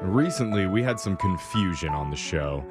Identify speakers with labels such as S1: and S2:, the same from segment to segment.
S1: Recently, we had some confusion on the show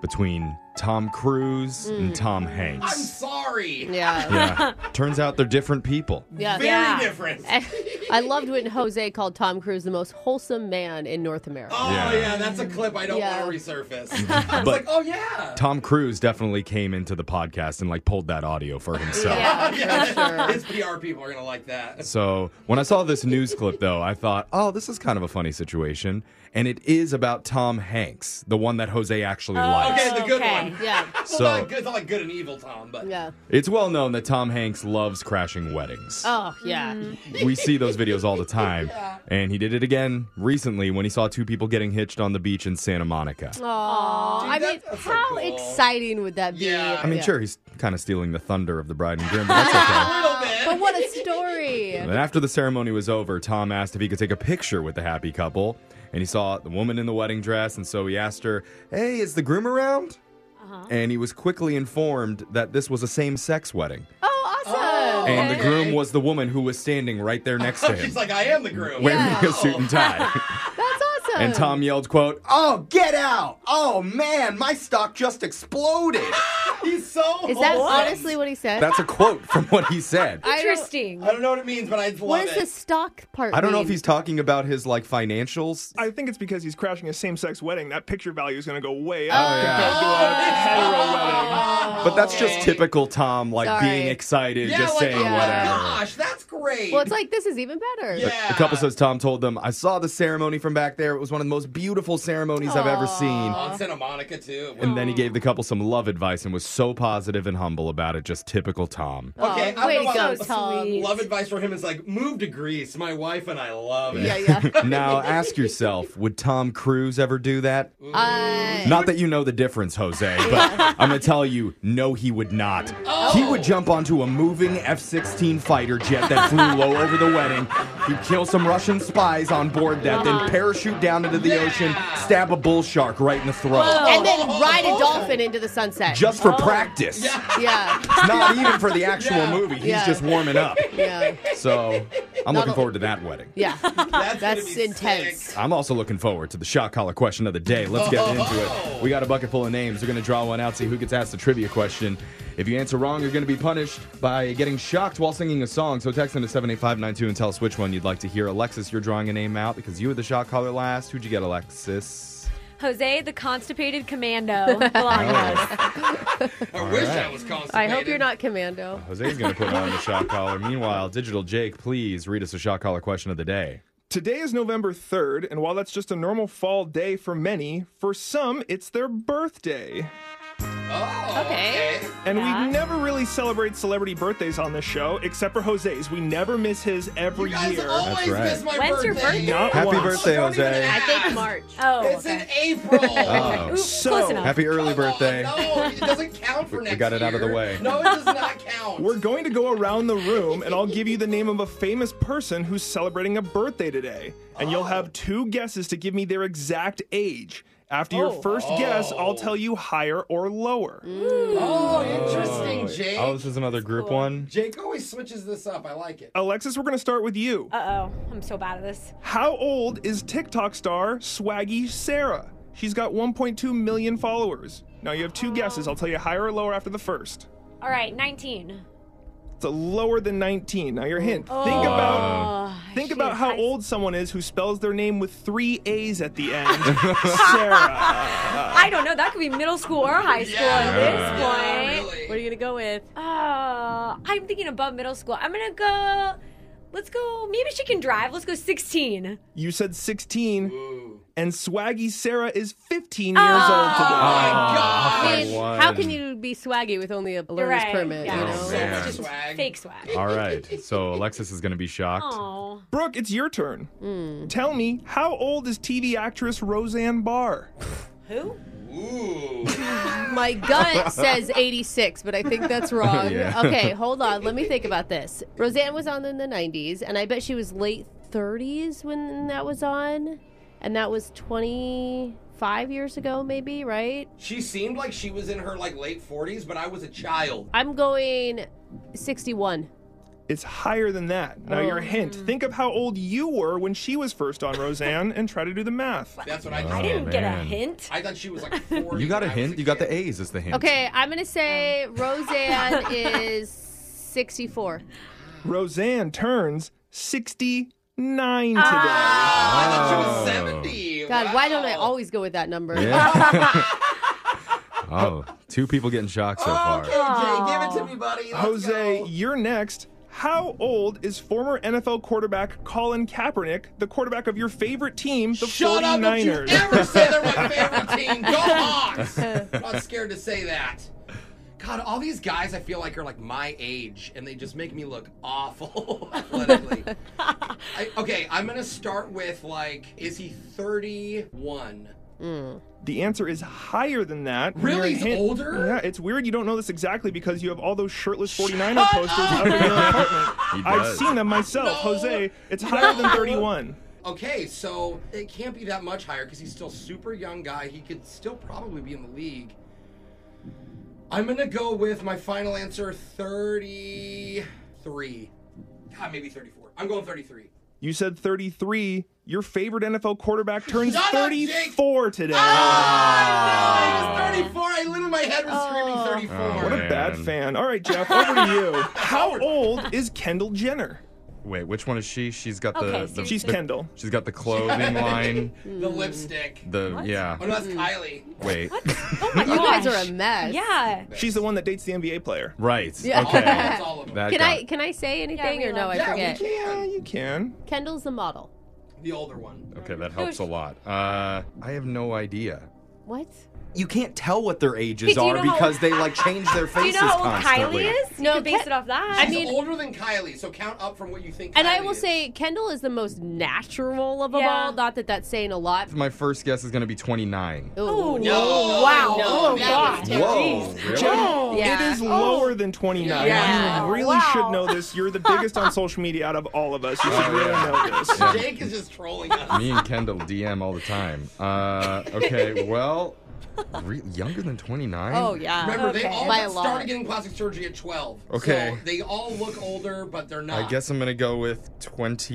S1: between Tom Cruise
S2: Hmm.
S1: and Tom
S2: I'm
S1: Hanks.
S2: sorry.
S3: Yeah.
S1: yeah. Turns out they're different people.
S3: Yeah.
S2: Very
S4: Yeah.
S2: different. Oh,
S3: I- I loved when Jose called Tom Cruise the most wholesome man in North America.
S1: Yeah.
S2: Oh, yeah. that's a clip I don't
S3: Yeah.
S2: want to resurface. I was
S1: But-
S2: like, oh, yeah.
S1: Tom Cruise definitely came into the podcast and like pulled that audio for himself.
S3: Yeah,
S2: yeah,
S3: for sure.
S2: his PR people are going to like that.
S1: So when I saw this news clip, though, I thought, oh, this is kind of a funny situation. And it is about Tom Hanks, the one that Jose actually
S2: Oh.
S1: likes.
S2: Okay, the good
S4: Okay.
S2: one.
S3: Yeah.
S2: Well,
S1: So-
S2: not good, it's not like good and evil, Tom, but
S3: Yeah.
S1: It's well known that Tom Hanks loves crashing weddings.
S3: Oh, yeah.
S1: We see those videos all the time. And he did it again recently when he saw two people getting hitched on the beach in Santa Monica.
S3: Aw.
S2: Dude,
S3: I
S2: that-
S3: mean,
S2: that's so
S3: how
S2: cool.
S3: exciting would that be?
S2: Yeah.
S1: I mean,
S3: Yeah.
S1: sure, he's kind of stealing the thunder of the bride and groom, but that's okay.
S2: a little
S3: Uh, But
S2: bit.
S3: what a story.
S1: And after the ceremony was over, Tom asked if he could take a picture with the happy couple. And he saw the woman in the wedding dress, and so he asked her, Hey, is the groom around?
S2: Uh-huh.
S1: And he was quickly informed that this was a same sex wedding.
S3: Oh, awesome.
S2: Oh.
S1: And the
S2: Okay.
S1: groom was the woman who was standing right there next to him,
S2: She's like, I am the groom.
S1: wearing
S2: Oh.
S1: a suit and tie.
S3: That's awesome.
S1: And Tom yelled, quote, Oh, get out! Oh man, my stock just exploded.
S2: He's so
S3: Is that
S2: horny.
S3: honestly what he said?
S1: That's a quote from what he said.
S3: I don't-
S4: Interesting.
S2: I don't know what it means, but I love
S3: What is
S2: it.
S3: the stock part?
S1: I don't know
S3: mean?
S1: if he's talking about his like financials.
S5: I think it's because he's crashing a same-sex wedding. That picture value is going to go way
S1: Oh,
S5: up
S1: yeah.
S5: compared to a hetero wedding.
S1: But that's just
S2: Okay.
S1: typical Tom, like
S3: Sorry.
S1: being excited,
S2: yeah,
S1: just
S2: like,
S1: saying
S2: oh my
S1: whatever.
S2: gosh, that's great.
S3: Well, it's like this is even better.
S2: Yeah.
S1: The couple says Tom told them, I saw the ceremony from back there. It was one of the most beautiful ceremonies I've ever seen.
S2: on Santa Monica, too.
S1: And then he gave the couple some love advice and was so positive and humble about it, just typical Tom.
S2: Okay,
S3: Aw,
S2: I
S3: Oh, way
S2: don't
S3: to
S2: know
S3: go,
S2: why-
S3: Tom.
S2: Love advice for him is like, move to Greece. My wife and I love it.
S3: Yeah, yeah.
S1: now ask yourself, would Tom Cruise ever do that?
S3: I-
S1: Not that you know the difference, Jose, but I'm going to tell you, no, he would not. He would jump onto a moving F 16 fighter jet that flew low over the wedding. He'd kill some Russian spies on board that, then parachute down into the ocean, stab a bull shark right in the throat.
S3: and
S2: Oh,
S3: then ride a dolphin into the sunset. Oh.
S1: Just for practice.
S3: yeah.
S1: Not even for the actual
S2: Yeah.
S1: movie. He's
S3: Yeah.
S1: just warming up.
S3: Yeah.
S1: So I'm looking
S3: a-
S1: forward to that wedding.
S3: Yeah.
S2: That's, gonna
S3: That's
S2: be
S3: intense.
S2: sick.
S1: I'm also looking forward to the shot collar question of the day. Let's get into it. We got a bucket full of names. We're going to draw one out, see who gets asked the trivia question. If you answer wrong, you're going to be punished by getting shocked while singing a song. So text into 78592 and tell us which one you'd like to hear. Alexis, you're drawing a name out because you were the shot collar last. Who'd you get, Alexis?
S4: Jose, the constipated commando. Bolaños.
S2: I wish
S1: right.
S2: I was constipated.
S3: I hope you're not commando.
S1: Jose's going to put on the shot collar. Meanwhile, Digital Jake, please read us a shot collar question of the day.
S5: Today is November 3rd, and while that's just a normal fall day for many, for some it's their birthday.
S2: Oh,
S3: Okay.
S2: okay.
S5: And
S4: Yeah.
S5: we never really celebrate celebrity birthdays on this show, except for Jose's. We never miss his every
S2: You guys
S5: year.
S2: always
S1: right.
S2: miss my
S4: When's
S2: birthday.
S4: your birthday?
S5: Not
S1: Happy
S5: once.
S1: birthday,
S2: Don't even
S1: Jose.
S2: ask.
S3: I think March.
S4: Oh,
S2: It's
S4: okay.
S2: in April.
S1: Oh.
S4: Ooh,
S5: So-
S4: close enough.
S1: Happy early birthday.
S2: Oh, no, it doesn't count for
S1: We- we
S2: next
S1: got it out of the
S2: year.
S1: way.
S2: No, it does not count.
S5: We're going to go around the room, and I'll give you the name of a famous person who's celebrating a birthday today. And you'll have two guesses to give me their exact age. After your first guess, I'll tell you higher or lower.
S2: oh, interesting, Jake.
S1: Oh, this is another group one.
S2: Jake always switches this up. I like it.
S5: Alexis, we're going to start with you.
S4: Uh oh, I'm so bad at this.
S5: How old is TikTok star Swaggy Sarah? She's got 1.2 million followers. Now you have two guesses. I'll tell you higher or lower after the first.
S4: All right, 19.
S5: It's a lower than 19. Now your hint. Think
S2: Uh.
S5: about
S4: Uh,
S5: Think about how old someone is who spells their name with three A's at the end. Sarah.
S4: I don't know. That could be middle school or high school at this
S2: Yeah,
S4: point.
S2: really.
S3: What are you going to go with?
S4: Uh, I'm thinking above middle school. I'm gonna go. Let's go. Maybe she can drive. Let's go 16.
S5: You said 16,
S2: Ooh.
S5: and swaggy Sarah is 15 years old
S2: My God.
S3: I mean,
S1: One.
S3: Oh how can you be swaggy with only a
S4: Oh, You're
S3: learner's
S4: right.
S3: permit?
S4: Yeah.
S3: You
S1: Oh,
S3: know?
S1: man.
S2: So much swag.
S4: Fake swag.
S1: All right. So Alexis is going to be shocked.
S4: Oh,
S5: today. Brooke, it's your turn.
S3: Hmm.
S5: Tell me, how old is TV actress Roseanne Barr?
S4: who?
S2: Ooh.
S3: My gut says 86, but I think that's wrong.
S1: Yeah.
S3: Okay, hold on. Let me think about this. Roseanne was on in the 90s, and I bet she was late 30s when that was on, and that was 25 years ago, maybe, right?
S2: She seemed like she was in her like late 40s, but I was a child.
S3: I'm going 61.
S5: It's higher than that. Now,
S3: Oh.
S5: your hint think of how old you were when she was first on Roseanne and try to do the math.
S2: That's what I
S4: I
S2: thought.
S4: didn't get a
S1: man.
S4: hint.
S2: I thought she was like 40.
S1: You got a
S2: when I was
S1: hint. You got
S2: kid.
S1: the A's as the hint.
S3: Okay, I'm gonna say
S4: Oh.
S3: Roseanne is 64.
S5: Roseanne turns 69 today.
S2: I thought
S1: Oh.
S2: she was 70.
S3: God, why don't I
S2: Wow.
S3: always go with that number?
S1: Yeah. oh, two people getting shocked so far.
S2: Okay, Jay, give it to me, buddy. Let's
S5: Jose,
S2: go.
S5: you're next. How old is former NFL quarterback Colin Kaepernick, the quarterback of your favorite team, the
S2: Shut up! Don't you
S5: 49ers?
S2: ever say they're my favorite team. Go Hawks! I'm not scared to say that. God, all these guys I feel like are like my age, and they just make me look awful athletically. I, okay, I'm gonna start with like, is he 31?
S5: Mm. The answer is higher than that.
S2: Really?
S5: Your
S2: He's older?
S5: Yeah, it's weird you don't know this exactly because you have all those shirtless 49er
S2: Shut
S5: posters
S2: up!
S5: up in your apartment.
S1: He
S5: I've
S1: does.
S5: seen them myself.
S2: No.
S5: Jose, it's higher than 31.
S2: Okay, so it can't be that much higher because he's still super young guy. He could still probably be in the league. I'm gonna go with my final answer, 33. God, maybe 34. I'm going 33.
S5: You said 33. Your favorite NFL quarterback turns
S2: Shut up, Jake.
S5: 34 today.
S2: Ah, I know, it was 34. I literally my head was screaming 34.
S1: Oh,
S5: What a
S1: man.
S5: bad fan. All right, Jeff, over to you. How old is Kendall Jenner?
S1: Wait, which one is she? She's got the.
S4: Okay,
S1: the
S4: seriously.
S5: She's
S1: the-
S5: Kendall.
S1: She's got the clothing line.
S2: the lipstick.
S1: The yeah.
S2: oh no, that's Kylie.
S1: Wait.
S4: Oh my
S3: You guys
S4: gosh.
S3: are a mess.
S4: Yeah.
S5: She's the one that dates the NBA player.
S1: Right.
S3: Yeah.
S2: Oh,
S1: Okay.
S2: that's all of them.
S1: That
S3: Can
S1: guy.
S3: I can I say anything
S4: we
S3: or no?
S4: love
S3: I
S4: you.
S2: yeah,
S3: forget.
S2: we
S5: Yeah,
S2: can.
S5: you can.
S3: Kendall's the model.
S2: The older one.
S1: Okay, that helps a lot. Uh, I have no idea.
S3: What?
S1: You can't tell what their
S4: Hey,
S1: ages
S4: do you
S1: are
S4: know how-
S1: because they like change their faces
S4: Do you know how old
S1: constantly.
S4: Kylie is? You
S3: No,
S4: could base
S3: Ke-
S4: it off that.
S2: She's
S3: I mean-
S2: older than Kylie, so count up from what you think.
S3: And I
S2: Kylie
S3: will
S2: is.
S3: say Kendall is the most natural of them
S4: Yeah.
S3: all. Not that that's saying a lot.
S1: My first guess is going to be 29.
S3: Ooh.
S4: oh,
S2: No,
S4: wow.
S2: no,
S4: oh,
S2: that
S4: God.
S2: was
S1: Whoa. Really?
S3: Yeah.
S5: It is lower than 29.
S2: Yeah.
S5: You really
S4: Wow.
S5: should know this. You're the biggest on social media out of all of us. You should really
S1: Oh, yeah.
S5: know this.
S2: Jake is just trolling us.
S1: Me and Kendall DM all the time. Uh, okay, well, re- younger than 29?
S3: Oh yeah.
S2: Remember, they
S4: Okay.
S2: all
S3: By a
S2: got
S3: lot.
S2: started getting plastic surgery at 12.
S1: Okay.
S2: So they all look older, but they're not.
S1: I guess I'm going to go with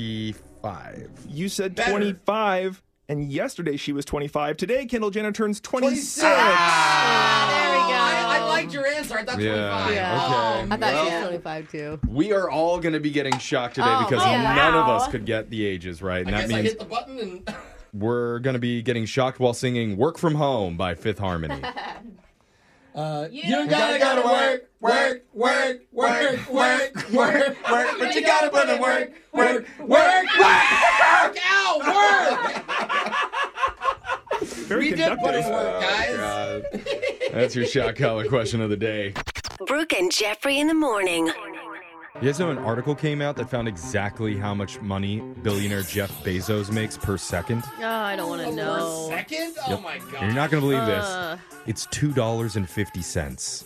S1: 25.
S5: You said
S2: Better.
S5: 25, and yesterday she was 25. Today, Kendall Jenner turns 26.
S2: Ah!
S3: there we go.
S2: Oh, I, I liked your answer. I thought
S1: Yeah,
S2: 25.
S1: Yeah. okay.
S2: Oh,
S3: I thought she was
S2: man.
S3: 25 too.
S1: We are all going to be getting shocked today
S3: Oh,
S1: because
S3: oh,
S1: none of
S4: wow.
S1: us could get the ages right. And
S2: I
S1: that
S2: guess I
S1: means
S2: hit the button and.
S1: we're going to be getting shocked while singing Work From Home by Fifth Harmony.
S2: Uh, You gotta go to work, work, work, work, work, work, work, but you gotta put in work, work, work, work, work, ow, work!
S5: Very
S2: We did put in
S5: conductive.
S2: work, guys.
S1: Uh, that's your shock collar question of the day.
S6: Brooke and Jeffrey in the morning.
S1: You guys know an article came out that found exactly how much money billionaire Jeff Bezos makes per second?
S3: Oh, I don't want to
S2: For
S3: know.
S2: second? Oh my god.
S1: You're not going to believe
S3: Uh.
S1: this. It's $2.50.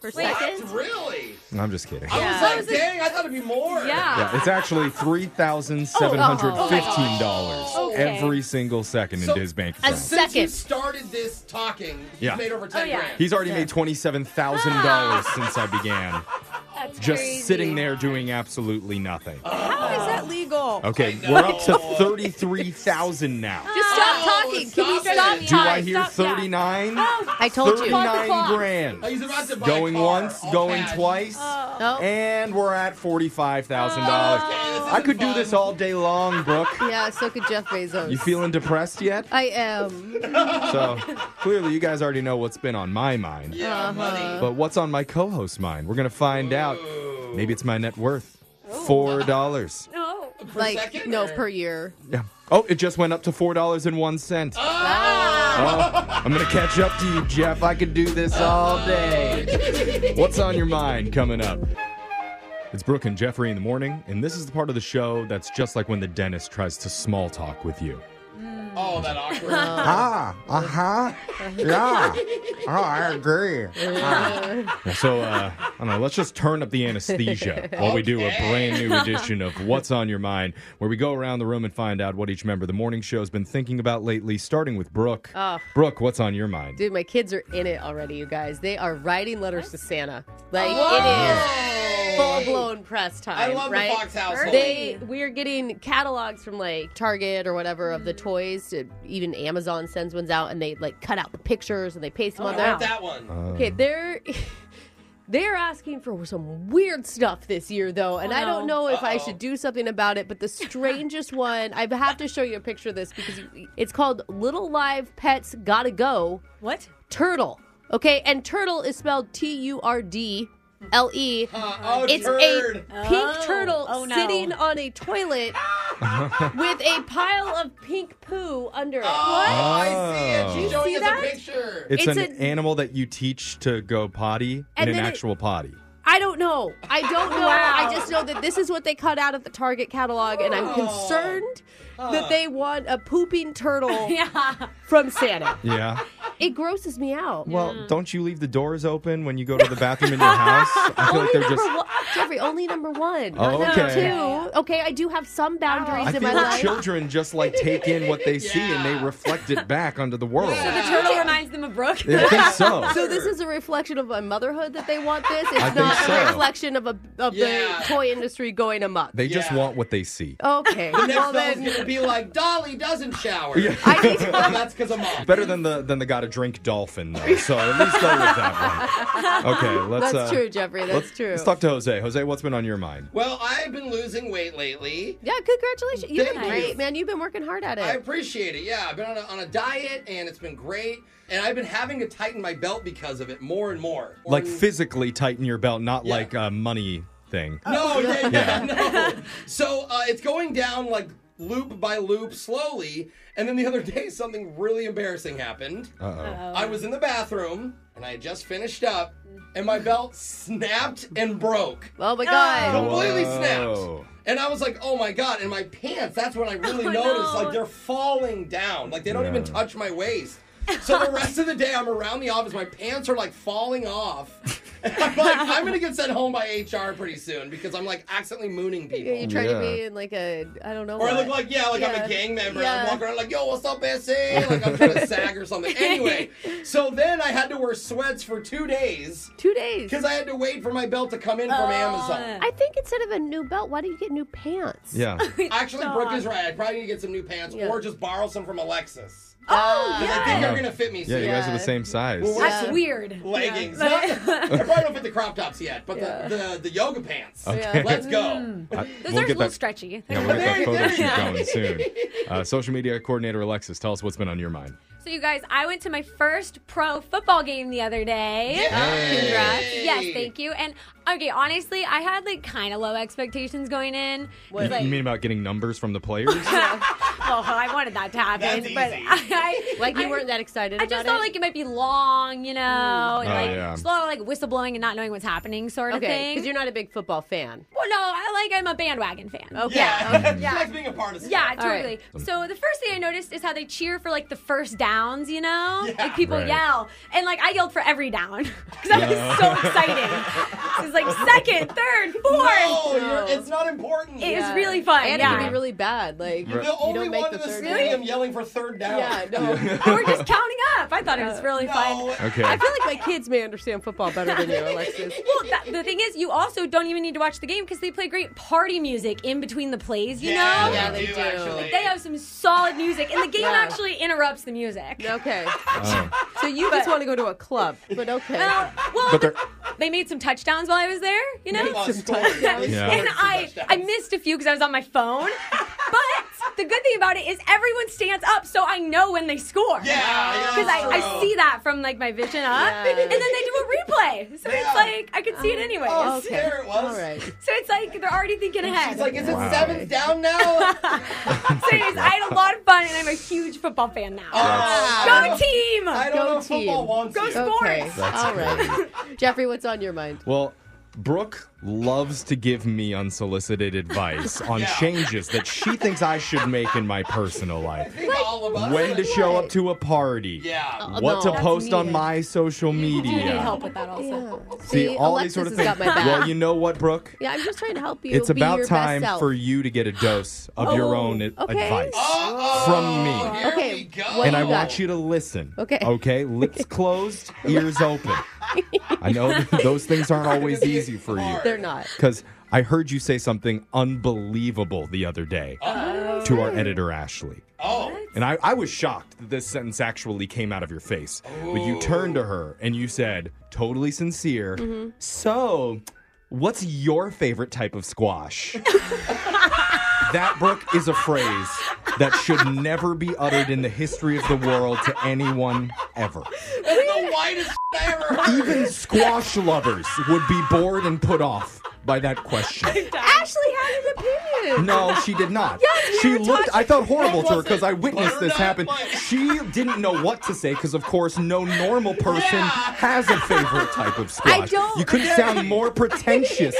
S3: For
S4: Wait.
S3: second?
S2: Really?
S1: I'm just kidding.
S2: I
S1: Yeah,
S3: Yeah.
S2: was like, dang, I thought it'd be more.
S4: Yeah.
S1: it's actually $3,715
S4: Okay.
S1: every single second
S2: So-
S1: into his bank
S3: A
S1: account.
S2: Since
S3: second.
S2: you
S3: Oh,
S2: started this talking,
S1: Yeah.
S2: you've made over 10
S4: yeah.
S2: grand.
S1: He's already made $27,000 since I began.
S4: That's
S1: Just
S4: crazy.
S1: sitting there doing absolutely nothing.
S3: Oh,
S4: How is that legal?
S1: Okay,
S2: I
S1: we're up to
S2: know.
S1: 33,000 now.
S3: Just stop
S2: Oh,
S3: talking.
S2: stop Ah.
S3: Can you
S2: it.
S3: stop
S2: Do
S1: Do I
S3: talking?
S1: hear
S4: Stop, yeah.
S1: 39?
S3: I told you.
S1: 39 grand.
S2: Oh, he's about to buy a
S1: Going
S2: car,
S1: once,
S2: all
S1: going
S2: cash.
S1: twice,
S3: Oh.
S1: and we're at forty-five thousand
S2: Okay,
S1: dollars.
S2: this
S1: I could do
S2: isn't
S1: this
S2: fun.
S1: all day long, Brooke.
S3: Yeah, so could Jeff Bezos.
S1: You feeling depressed yet?
S3: I am.
S1: So clearly, you guys already know what's been on my mind.
S2: Yeah,
S3: Uh-huh.
S2: money.
S1: But what's on my co-host's mind? We're gonna find out. Maybe it's my net worth. Four dollars.
S4: No.
S2: Oh. Per
S3: Like,
S2: second
S3: no,
S2: or-
S3: per year.
S1: Yeah. Oh, it just went up to four dollars and one cent.
S3: Oh.
S1: Oh,
S2: Ah!
S1: I'm gonna catch up to you, Jeff. I could do this all day. What's on your mind coming up? It's Brooke and Jeffrey in the morning, and this is the part of the show that's just like when the dentist tries to small talk with you.
S2: Oh, that awkward.
S7: Ah, uh
S1: uh-huh.
S7: huh. Yeah. Oh, I agree.
S1: So, uh, I don't know, let's just turn up the anesthesia while we do a
S2: Okay.
S1: brand new edition of What's on Your Mind, where we go around the room and find out what each member of the morning show has been thinking about lately, starting with Brooke.
S3: Oh.
S1: Brooke, what's on your mind?
S3: Dude, my kids are in it already, you guys. They are writing letters to Santa. Like, it is. full blown press time.
S2: I love the
S3: right?
S2: Fox household.
S3: They we are getting catalogs from like Target or whatever of the
S2: Mm.
S3: toys. Uh, Even Amazon sends ones out, and they like cut out the pictures and they paste them
S2: I
S3: on
S2: want
S3: there.
S2: Oh, that one.
S1: Uh,
S3: Okay, they're they're asking for some weird stuff this year though, and I don't know if I should do something about it. But the strangest one, I have to show you a picture of this because you- it's called "Little Live Pets Gotta Go"
S4: What?
S3: turtle. Okay, and turtle is spelled T U R D L E.
S2: oh,
S3: It's
S2: turd.
S3: a pink
S4: Uh-huh. Oh.
S3: turtle
S4: Oh, no.
S3: sitting on a toilet with a pile of pink poo under it.
S1: Oh,
S2: Oh, I see it. She's
S3: Oh.
S2: showing
S3: You
S2: us
S3: see that?
S2: a picture.
S1: It's,
S3: It's
S1: an
S3: a-
S1: animal that you teach to go potty
S3: And
S1: in an
S3: then it-
S1: actual potty.
S3: I don't know. I don't know. I just know that this is what they cut out of the Target catalog, and
S4: Oh.
S3: I'm concerned that they want a pooping turtle
S4: Yeah.
S3: from Santa.
S1: Yeah.
S3: It grosses me out.
S1: Well, don't you leave the doors open when you go to the bathroom in your house? I feel like they're
S3: Number
S1: just.
S3: one, Jeffrey, only number one.
S1: Oh,
S3: Not number
S1: okay.
S3: two. Okay, I do have some boundaries
S1: I
S3: in
S1: feel
S3: my
S1: like
S3: life.
S1: children just like take in what they see and they reflect it back onto the world.
S4: The turtle reminds them of Brooke.
S1: I think so.
S3: So this is a reflection of my motherhood that they want this.
S1: I
S3: It's
S1: think
S3: not
S1: so.
S3: a reflection of a of
S2: Yeah.
S3: the toy industry going amok.
S1: They just
S2: Yeah.
S1: want what they see.
S4: Oh,
S3: okay.
S2: Next
S3: well
S2: fella's
S3: then,
S2: gonna be like, Dolly doesn't shower.
S3: I need to
S2: And that's because I'm mom.
S1: Better than the than the got to drink dolphin though. So at least go with that one. Okay, let's.
S3: That's
S1: uh,
S3: true, Jeffrey. That's
S1: let's-
S3: true.
S1: Let's talk to Jose. Jose, what's been on your mind?
S2: Well, I've been losing weight lately.
S3: Yeah, congratulations. You've been
S2: Thank
S3: great,
S2: you.
S3: man. You've been working hard at it.
S2: I appreciate it. Yeah, I've been on a, on a diet and it's been great. And I've been having to tighten my belt because of it more and more. Or-
S1: Like physically tighten your belt, not like a money thing.
S2: No, yeah,
S1: Yeah.
S2: yeah, no. So uh, it's going down like loop by loop slowly. And then the other day, something really embarrassing happened.
S1: Uh
S2: Oh. I was in the bathroom and I had just finished up, and my belt snapped and broke.
S3: oh my god.
S2: Completely
S1: Whoa.
S2: snapped. And I was like, oh my God. And my pants, that's when I really
S4: Oh,
S2: noticed.
S4: no.
S2: Like, they're falling down. Like, they don't
S1: Yeah.
S2: even touch my waist. So the rest of the day, I'm around the office. My pants are like falling off. And I'm like, I'm going to get sent home by HR pretty soon because I'm like accidentally mooning
S3: Yeah, you
S2: people.
S3: try to
S1: Yeah.
S3: be in like a I don't know.
S2: Or I
S3: what.
S2: look like, yeah, like I'm
S3: Yeah.
S2: a gang member.
S3: Yeah.
S2: I'm walking around like, yo, what's up, SC? Like I'm trying to sag or something. Anyway, so then I had to wear sweats for two days
S3: two days. Uh.
S2: because I had to wait for my belt to come in from Amazon.
S3: I think instead of a new belt, why don't you get new pants?
S1: Yeah.
S2: Actually, Brooke is right. I probably need to get some new pants
S3: Yeah.
S2: or just borrow some from Alexis. Uh,
S4: Oh,
S2: I think
S4: yeah.
S2: they're gonna fit me.
S1: Yeah,
S2: soon.
S1: you guys are the same size.
S2: Well, we're-
S4: That's weird.
S2: Leggings.
S4: Yeah.
S2: Not- I probably don't fit the crop tops yet, but
S3: Yeah.
S2: the, the the yoga pants.
S3: Okay. Mm.
S2: Let's go.
S4: Mm. Those
S1: Uh, We'll
S4: are a
S1: get
S4: little
S1: that-
S4: stretchy.
S1: Yeah, we'll get that
S2: There-
S1: photo
S2: there
S1: shoot going soon. Uh, social media coordinator Alexis, tell us what's been on your mind.
S4: So, you guys, I went to my first pro football game the other day.
S2: Yay.
S4: Congrats. Yes, thank you. And okay, honestly, I had like kind of low expectations going in.
S1: You,
S4: What? Like,
S1: you mean about getting numbers from the players?
S4: oh, I wanted that to happen,
S2: That's
S4: but
S2: easy.
S4: I,
S3: Like you
S4: I-
S3: weren't that excited
S4: I
S3: about
S4: just thought
S3: it?
S4: like it might be long, you know,
S2: Mm.
S4: and
S1: Oh,
S4: like
S1: yeah.
S4: just a lot of like whistleblowing and not knowing what's happening sort of
S3: okay,
S4: thing.
S3: because you're not a big football fan.
S4: well, no, I like I'm a bandwagon fan.
S3: Okay.
S2: Yeah. She likes being a part of stuff.
S4: Yeah,
S3: All right.
S4: totally. So the first thing I noticed is how they cheer for like the first downs, you know?
S2: Yeah.
S4: Like people
S1: Right.
S4: yell. And like I yelled for every down because I was so excited. It was like second, third, fourth.
S2: No, you're- it's not important.
S4: It was
S3: Yeah.
S4: really fun.
S3: And it
S4: yeah.
S3: could be really bad. Like
S2: the
S3: you
S2: only
S3: don't make
S2: one
S3: the
S2: in the
S3: third.
S2: stadium
S3: down.
S2: yelling for third down.
S3: Yeah, no.
S4: we were just counting up. I thought it was really fun.
S2: No.
S1: Okay.
S3: I feel like my kids may understand football better than you, Alexis.
S4: Well, that, the thing is, you also don't even need to watch the game because they play great party music in between the plays, you
S2: Yeah,
S4: know?
S3: Yeah, they
S2: they,
S3: do.
S2: do. Actually.
S4: They have some solid music, and the game
S3: Yeah.
S4: actually interrupts the music.
S3: Okay.
S1: Oh.
S3: So you just want to go to a club, but okay.
S4: Well, well,
S1: But they're-
S4: they made some touchdowns while I was there, you know?
S2: Oh, scored. They
S1: Yeah.
S2: scored
S4: and
S2: some
S4: I
S2: touchdowns.
S4: I missed a few because I was on my phone. but the good thing about it is everyone stands up, so I know when they score.
S2: Yeah, yeah,
S4: Because I,
S2: that's
S4: I
S2: true.
S4: see that from like my vision up,
S3: Yeah.
S4: and then they do a replay, so
S2: Yeah.
S4: it's like I could see it anyway.
S2: Oh,
S3: okay.
S2: there it was.
S3: All right.
S4: So it's like they're already thinking ahead.
S2: She's like, is it
S1: Wow.
S2: seventh down now?
S4: so anyways, I had a lot of fun, and I'm a huge football fan now.
S2: Ah, I
S4: Go
S2: don't-
S4: team!
S2: I don't
S3: Go
S2: know if football
S3: team.
S2: wants
S4: Go
S2: you.
S4: Sport.
S3: Okay.
S4: Sports.
S1: That's
S3: All right. Jeffrey, what's on your mind?
S1: Well, Brooke loves to give me unsolicited advice on
S2: Yeah.
S1: changes that she thinks I should make in my personal
S2: I
S1: life.
S2: think all of us.
S1: When to show up to a party.
S2: Yeah.
S4: Uh,
S1: What to
S3: Oh, no.
S1: post
S3: That's
S1: on
S3: needed.
S1: my social media.
S4: I need help with that also.
S1: See, all
S3: Alexis
S1: these sort of
S3: has got
S1: things.
S3: my back.
S1: Well, you know what, Brooke?
S3: yeah, I'm just trying to help you.
S1: it's
S3: be
S1: about
S3: your
S1: time
S3: best self. Oh,
S1: for you to get a dose of your own i-
S3: okay.
S1: advice
S2: Uh-oh,
S1: from me.
S2: Oh, Here
S3: Okay,
S2: we go.
S3: what
S1: And
S3: do
S1: I
S3: you got?
S1: want you to listen.
S3: Okay.
S1: Okay? Lips closed, ears open. I know those things aren't always
S2: It's
S1: easy for you.
S2: hard.
S3: They're not.
S1: Because I heard you say something unbelievable the other day
S3: Oh.
S1: to our editor, Ashley.
S2: Oh,
S1: And I, I was shocked that this sentence actually came out of your face. But you turned to her and you said, totally sincere, so what's your favorite type of squash? that, Brooke, is a phrase that should never be uttered in the history of the world to anyone ever.
S2: that's the whitest I ever heard.
S1: Even squash lovers would be bored and put off by that question.
S3: Ashley had an opinion.
S1: No, she did not. she looked. I felt horrible to her because I witnessed this happen.
S2: Butternut bun.
S1: She didn't know what to say because, of course, no normal person
S2: Yeah.
S1: has a favorite type of squash.
S3: don't-
S1: You couldn't sound more pretentious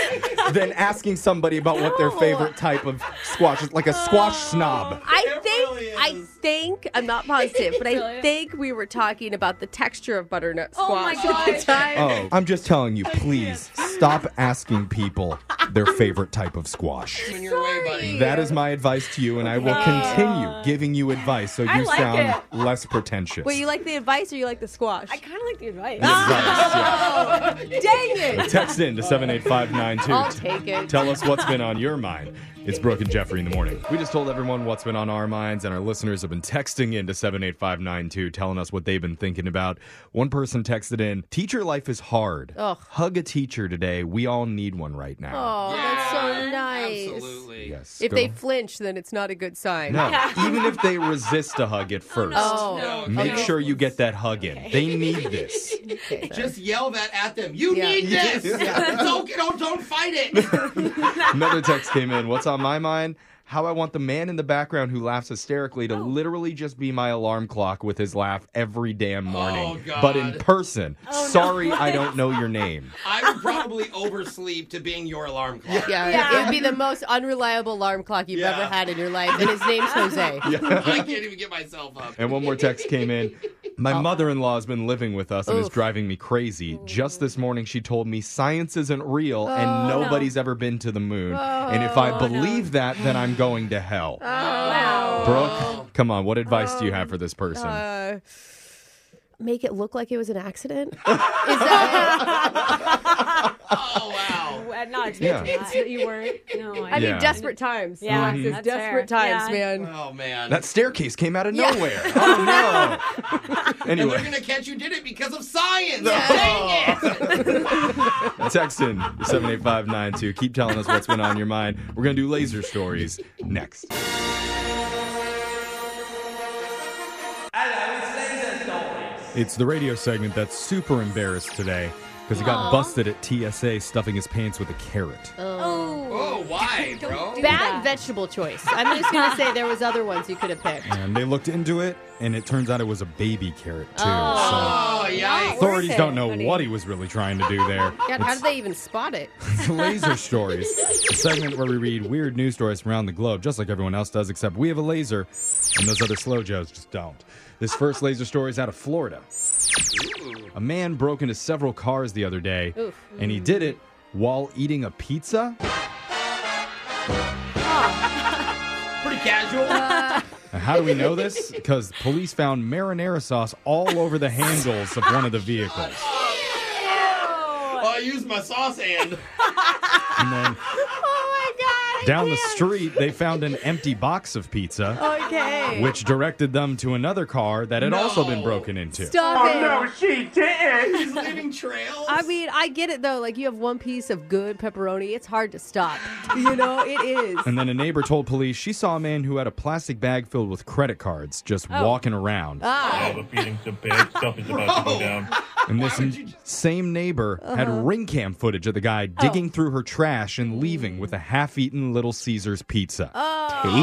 S1: than asking somebody about what their
S3: No.
S1: favorite type of squash is, like a squash
S4: Oh.
S1: snob.
S3: I
S2: It
S3: think
S2: really
S3: I
S2: is.
S3: think I'm not positive, but I
S4: Brilliant.
S3: think we were talking about the texture of butternut
S4: Oh my
S3: squash at the
S4: gosh.
S3: time.
S1: Oh, I'm just telling you, please stop asking people their favorite type of squash.
S2: In your way, buddy.
S1: That is my advice to you, and I will continue giving you advice so
S4: I
S1: you
S4: like
S1: sound
S4: it.
S1: less pretentious.
S3: Wait, you like the advice or you like the squash? Oh,
S4: I kind of like the advice.
S3: Dang it!
S1: Text in to 78592.
S3: I'll take it.
S1: Tell us what's been on your mind. It's Brooke and Jeffrey in the morning. We just told everyone what's been on our minds, and our listeners have been texting in to 78592, telling us what they've been thinking about. One person texted in Teacher life is hard.
S3: Ugh.
S1: Hug a teacher today. We all need one right now.
S3: Oh, that's so
S2: Yeah,
S3: nice.
S2: Absolutely.
S1: Yes.
S3: If
S1: go-
S3: they flinch, then it's not a good sign.
S1: no, even if they resist a hug at first,
S3: Oh,
S2: No,
S1: make
S2: okay.
S1: sure you get that hug in. They need this.
S3: okay.
S2: Just yell that at them. You
S3: Yeah.
S2: need this.
S1: Yeah.
S2: Don't, don't don't fight it.
S1: Another text came in. What's on my mind? How I want the man in the background who laughs hysterically to literally just be my alarm clock with his laugh every damn morning,
S2: God.
S1: but in person. Sorry, I don't know your name.
S2: I would probably oversleep to being your alarm clock.
S3: Yeah,
S4: Yeah.
S3: it'd be the most unreliable alarm clock you've
S2: Yeah.
S3: ever had in your life, and his name's Jose.
S2: I can't even get myself up.
S1: And one more text came in. My mother in law has been living with us and is
S3: Oof.
S1: driving me crazy. Just this morning, she told me science isn't real and nobody's ever been to the moon. and if I believe that, then I'm going to hell.
S3: Oh.
S4: Wow.
S1: Brooke, come on. What advice do you have for this person?
S3: Uh, make it look like it was an accident. Is that
S2: Oh wow.
S4: I'm not expecting
S1: Yeah.
S4: that. that you weren't. No,
S3: I
S4: I
S3: mean,
S1: Yeah.
S3: desperate times.
S4: Yeah,
S3: This is
S4: that's
S3: desperate
S4: fair.
S3: times,
S4: Yeah.
S3: man.
S2: Oh man.
S1: That staircase came out of nowhere. Oh no.
S2: and they're
S1: anyway,
S2: gonna catch you did it because of science.
S1: text in 78592. Keep telling us what's been on your mind. We're going to do laser stories next. It's the radio segment that's super embarrassed today because he got busted at TSA stuffing his pants with a carrot.
S2: Oh why, bro?
S3: Bad vegetable choice. I'm just gonna say there was other ones you could have picked.
S1: And they looked into it, and it turns out it was a baby carrot, too.
S2: Oh yikes.
S1: So authorities
S4: worth it,
S1: don't know
S4: buddy.
S1: what he was really trying to do there.
S3: God, how did they even spot it?
S1: It's laser stories, a segment where we read weird news stories from around the globe, just like everyone else does, except we have a laser, and those other slow joes just don't. This first laser story is out of Florida. A man broke into several cars the other day,
S3: Oof.
S1: and he did it while eating a pizza.
S2: Pretty casual.
S3: Uh.
S1: Now, how do we know this? Because police found marinara sauce all over the handles of one of the vehicles.
S2: oh, I used my sauce hand.
S1: And then down the street, they found an empty box of pizza.
S2: Oh,
S3: Okay.
S1: which directed them to another car that had
S2: No.
S1: also been broken into.
S3: Stop it.
S2: He's leaving trails.
S3: I mean, I get it though. Like you have one piece of good pepperoni, it's hard to stop. You know, it is.
S1: And then a neighbor told police she saw a man who had a plastic bag filled with credit cards just
S2: Oh.
S1: walking around.
S8: I have a feeling the bad stuff is about to go down.
S1: and this
S2: would you just- Uh-huh. Oh.
S1: same neighbor had ring cam footage of the guy digging through her trash and leaving with a half eaten Little Caesars pizza.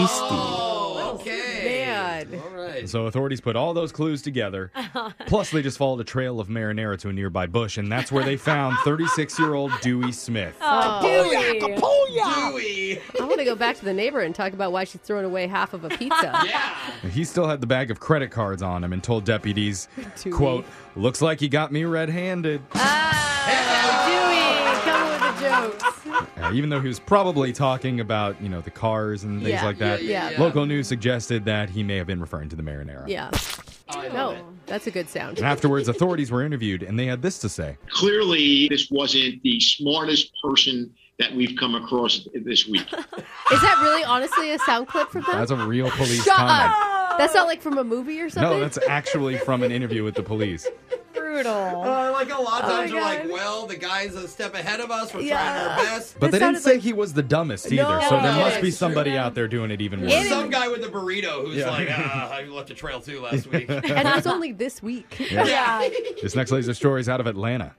S2: oh, okay.
S3: Man.
S2: All right.
S1: So authorities put all those clues together. Plus, they just followed a trail of marinara to a nearby bush, and that's where they found 36 year old Dewey Smith.
S4: do.
S2: Dewey.
S3: Oh. I want to go back to the neighbor and talk about why she's throwing away half of a pizza.
S2: Yeah.
S1: He still had the bag of credit cards on him and told deputies,
S3: Dewey.
S1: quote, looks
S3: Uh.
S1: like he got me red handed.
S3: Ah, Dewey, come with the jokes.
S1: Yeah, Uh, even though he was probably talking about, you know, the cars and things
S3: Yeah.
S1: like that.
S3: Yeah, yeah, yeah.
S1: Local news suggested that he may have been referring to the marinara.
S3: Yeah.
S2: Oh, I love
S3: No,
S2: it.
S3: that's a good sound.
S1: And afterwards, authorities were interviewed and they had this to say.
S9: Clearly, this wasn't the smartest person that we've come across this week.
S3: Is that really honestly a sound clip from them?
S1: That's a real police
S3: Shut
S1: comment.
S3: up. That's not like from a movie or something.
S1: No, that's actually from an interview with the police.
S4: Brutal.
S2: Uh, like a lot of
S3: Oh my
S2: times you're like,
S3: God.
S2: well, the guy's a step ahead of us. We're
S3: Yeah.
S2: trying our best.
S3: That
S1: But they didn't
S3: sounded
S1: say
S3: like-
S1: he was the dumbest either,
S3: No,
S1: so there
S2: no,
S1: must be
S2: it's
S1: somebody out there doing it even worse.
S3: It
S2: Some guy with the burrito who's
S1: Yeah.
S2: like, ah, I left a trail too last week.
S3: and it was only this week.
S4: Yeah.
S1: This next laser story is out of Atlanta.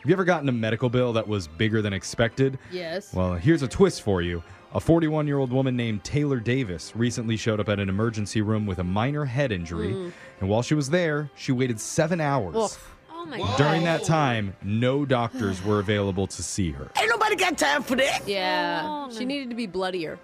S1: Have you ever gotten a medical bill that was bigger than expected?
S3: Yes.
S1: Well, here's a twist for you. A 41 year old woman named Taylor Davis recently showed up at an emergency room with a minor head injury. And while she was there, she waited seven hours.
S3: Oof.
S4: Mm. Oh my
S2: Whoa.
S4: god.
S1: During that time, no doctors were available to see her.
S3: Yeah.
S4: Oh, no.
S3: She needed to be bloodier.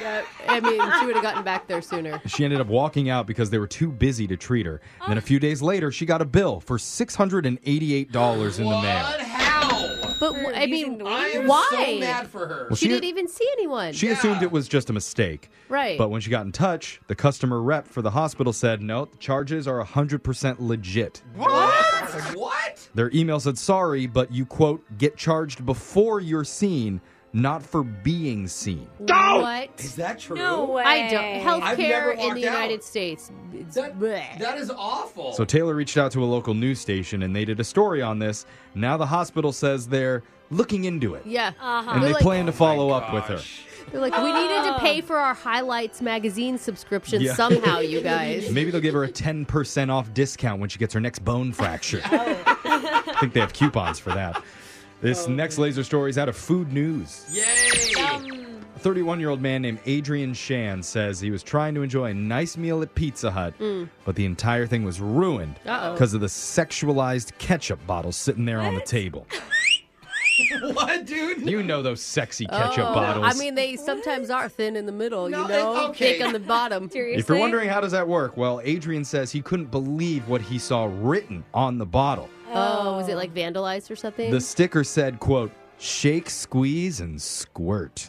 S3: yeah, I mean, she would have gotten back there sooner.
S1: She ended up walking out because they were too busy to treat her. And
S4: Oh.
S1: then a few days later, she got a bill for $688 in the
S2: what?
S1: mail.
S2: How?
S3: But
S4: For
S3: wh- I
S4: using
S3: mean,
S4: the
S2: I
S4: word?
S2: am so
S3: Why?
S2: mad for her.
S1: Well,
S3: she
S1: she-
S3: didn't even see anyone.
S1: She assumed it was just a mistake.
S3: Right.
S1: But when she got in touch, the customer rep for the hospital said, no, the charges are 100% legit.
S2: What? What?
S1: Their email said, sorry, but you, quote, get charged before you're seen, not for being seen.
S3: what?
S2: Is that true?
S4: No way.
S3: I don't.
S2: I've never
S3: Healthcare in
S2: walked
S3: the United
S2: out.
S3: States. It's
S2: That,
S3: bleh.
S2: that is awful.
S1: So Taylor reached out to a local news station and they did a story on this. Now the hospital says they're looking into it.
S3: yeah.
S4: Uh-huh.
S1: And
S3: They're
S1: they
S3: like- "Oh
S1: plan to follow up with her.
S2: Gosh.
S3: They're like, we needed to pay for our highlights magazine subscription
S1: Yeah.
S3: somehow, you guys.
S1: Maybe they'll give her a 10% off discount when she gets her next bone fracture. I think they have coupons for that. This next laser story is out of Food News.
S2: Yay!
S10: Um,
S1: A 31 year old man named Adrian Shan says he was trying to enjoy a nice meal at Pizza Hut,
S3: Mm.
S1: but the entire thing was ruined because of the sexualized ketchup bottles sitting there on the table.
S2: What, dude?
S1: You know those sexy ketchup
S3: Oh,
S1: bottles.
S3: I mean, they sometimes are thin in the middle,
S2: No,
S3: you know,
S2: it's okay.
S3: thick on the bottom.
S4: Seriously?
S1: if you're wondering how does that work, well, Adrian says he couldn't believe what he saw written on the bottle.
S3: Oh, was it like vandalized or something?
S1: The sticker said, quote, shake, squeeze, and squirt.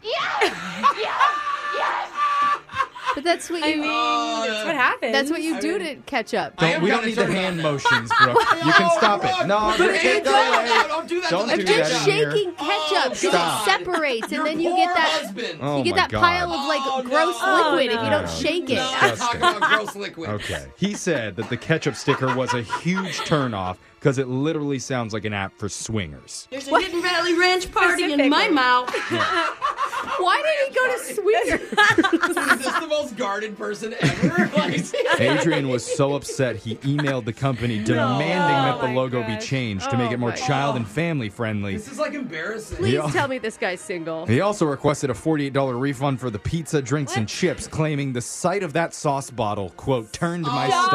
S3: but that's what
S4: I
S3: you
S4: mean,
S1: Oh,
S4: that's what happened.
S3: that's what you
S2: I
S3: do
S2: mean-
S3: to catch up.
S2: I
S1: Don't-
S2: am
S1: we don't
S2: kinda
S1: need the
S2: turned
S1: hand
S2: on
S1: motions, Brooke. you can stop it.
S2: Brooke,
S1: No,
S2: Brooke,
S1: you
S2: hey,
S1: can't
S2: no,
S1: do it.
S2: no, don't do that.
S1: Don't
S2: to
S1: do
S2: the
S1: that.
S3: Just
S2: ketchup.
S1: shake
S3: shaking ketchup
S2: Oh,
S3: because it
S2: God.
S3: separates,
S2: Your
S3: and then you
S2: poor
S3: get that
S2: husband.
S1: Oh,
S3: you get
S1: my
S3: that
S1: God.
S3: pile of like
S2: Oh,
S3: gross
S2: no.
S3: liquid if you
S1: No.
S3: don't shake it.
S2: No, I'm talking
S1: Disgusting.
S2: about gross liquid.
S1: Okay. He said that the ketchup sticker was a huge turnoff because it literally sounds like an app for swingers.
S10: There's a hidden Valley Ranch party in my
S4: Specifically.
S10: mouth.
S3: Why did he go to sweeter?
S2: Is this the most guarded person ever? Like,
S1: Adrian was so upset he emailed the company demanding that the
S4: Oh my
S1: logo be
S4: gosh. Oh
S1: changed to make it more
S3: my-
S1: child and family friendly.
S2: this is like embarrassing.
S3: Please
S1: Yeah.
S3: tell me this guy's single.
S1: He also requested a $48 refund for the pizza, drinks, and chips, claiming the sight of that sauce bottle, quote, turned my
S4: Oh,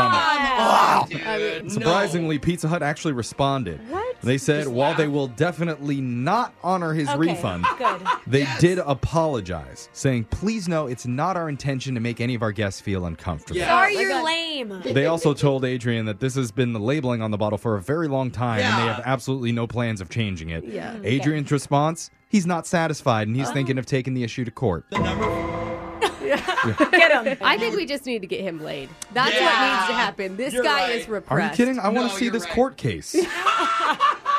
S1: stomach.
S2: Oh, Dude, no.
S1: Surprisingly, Pizza Hut actually responded.
S4: What?
S1: They said
S2: Just
S1: while
S2: laugh.
S1: they will definitely not honor his
S4: Okay,
S1: refund,
S4: Good.
S1: they
S2: Yes.
S1: did apologize, saying, "Please know it's not our intention to make any of our guests feel uncomfortable."
S2: Yeah.
S4: Sorry,
S2: Oh,
S4: you're
S3: God.
S4: lame.
S1: They also told Adrian that this has been the labeling on the bottle for a very long time and they
S2: Yeah.
S1: have absolutely no plans of changing it. Mm-hmm.
S3: Yeah.
S1: Adrian's response, he's not satisfied and he's thinking of taking the issue to court.
S2: Uh-huh. The number
S4: Get him.
S3: I think we just need to get him laid. That's what
S2: Yeah.
S3: needs to happen. This
S2: You're
S3: guy
S2: right.
S3: is
S2: Are
S1: Are
S2: you
S3: repressed.
S1: you kidding? I want
S2: No,
S1: to see
S2: you're
S1: this
S2: right.
S1: court case.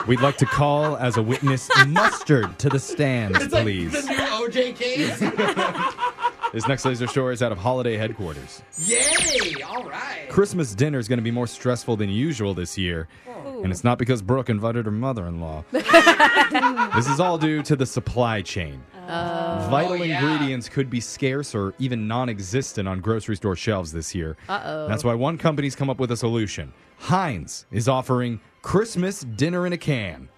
S1: We'd like to call as a witness Mustard to the stand,
S2: It's like
S1: please.
S2: the new OJ case.
S1: This next laser story is out of holiday headquarters.
S2: Yay! All right.
S1: Christmas dinner is going to be more stressful than usual this year. And it's not because Brooke invited her mother in law. this is all due to the supply chain. Vital
S2: Oh, yeah.
S1: ingredients could be scarce or even non existent on grocery store shelves this year. Uh oh. That's why one company's come up with a solution. Heinz is offering Christmas dinner in a can.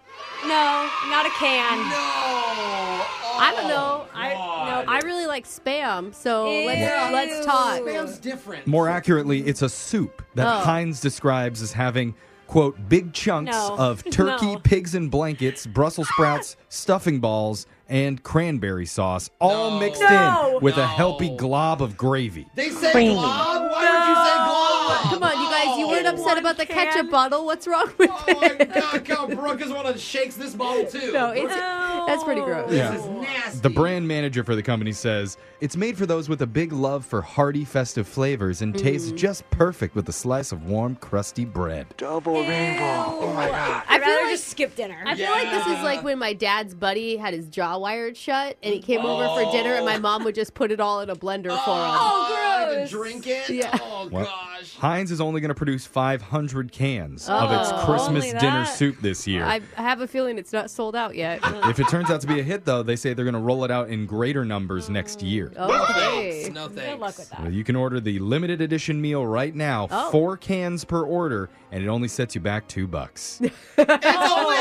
S4: No, not a can.
S2: No. Oh,
S3: I don't know. I
S2: God.
S3: no, I really like spam, so
S4: Yeah.
S3: Oh, let's let's talk.
S2: Spam's different.
S1: More accurately, it's a soup that
S3: Oh.
S1: Heinz describes as having, quote, big chunks
S4: No.
S1: of turkey,
S4: No.
S1: pigs in blankets, Brussels sprouts, stuffing balls, and cranberry sauce, all
S2: No.
S1: mixed
S4: No.
S1: in with a
S2: No.
S1: healthy glob of gravy.
S2: They say glob. Why would you say glob?
S3: Come on, you guys, you were weren't upset about the ketchup bottle. What's wrong with
S2: it? Oh God, God, Brooke is one that shakes this bottle too.
S3: No, it's that's pretty gross.
S2: This is nasty.
S1: The brand manager for the company says it's made for those with a big love for hearty, festive flavors and tastes just perfect with a slice of warm, crusty bread.
S7: Double rainbow. Oh my god.
S4: I'd rather just skip dinner.
S3: I feel like this is like when my dad's buddy had his jaw wired shut and he came over for dinner and my mom would just put it all in a blender for him.
S2: Oh, gross. To drink it? Oh,
S1: Well,
S2: God.
S1: Heinz is only going to produce 500 cans of its
S3: Oh.
S1: Christmas
S3: Only
S1: dinner
S3: that?
S1: soup this year.
S3: I I have a feeling it's not sold out yet.
S1: If it turns out to be a hit, though, they say they're going to roll it out in greater numbers next year.
S3: Okay.
S2: No thanks. Good luck with
S1: Well, you can order the limited edition meal right now,
S3: Oh.
S1: four cans per order, and it only sets you back two bucks.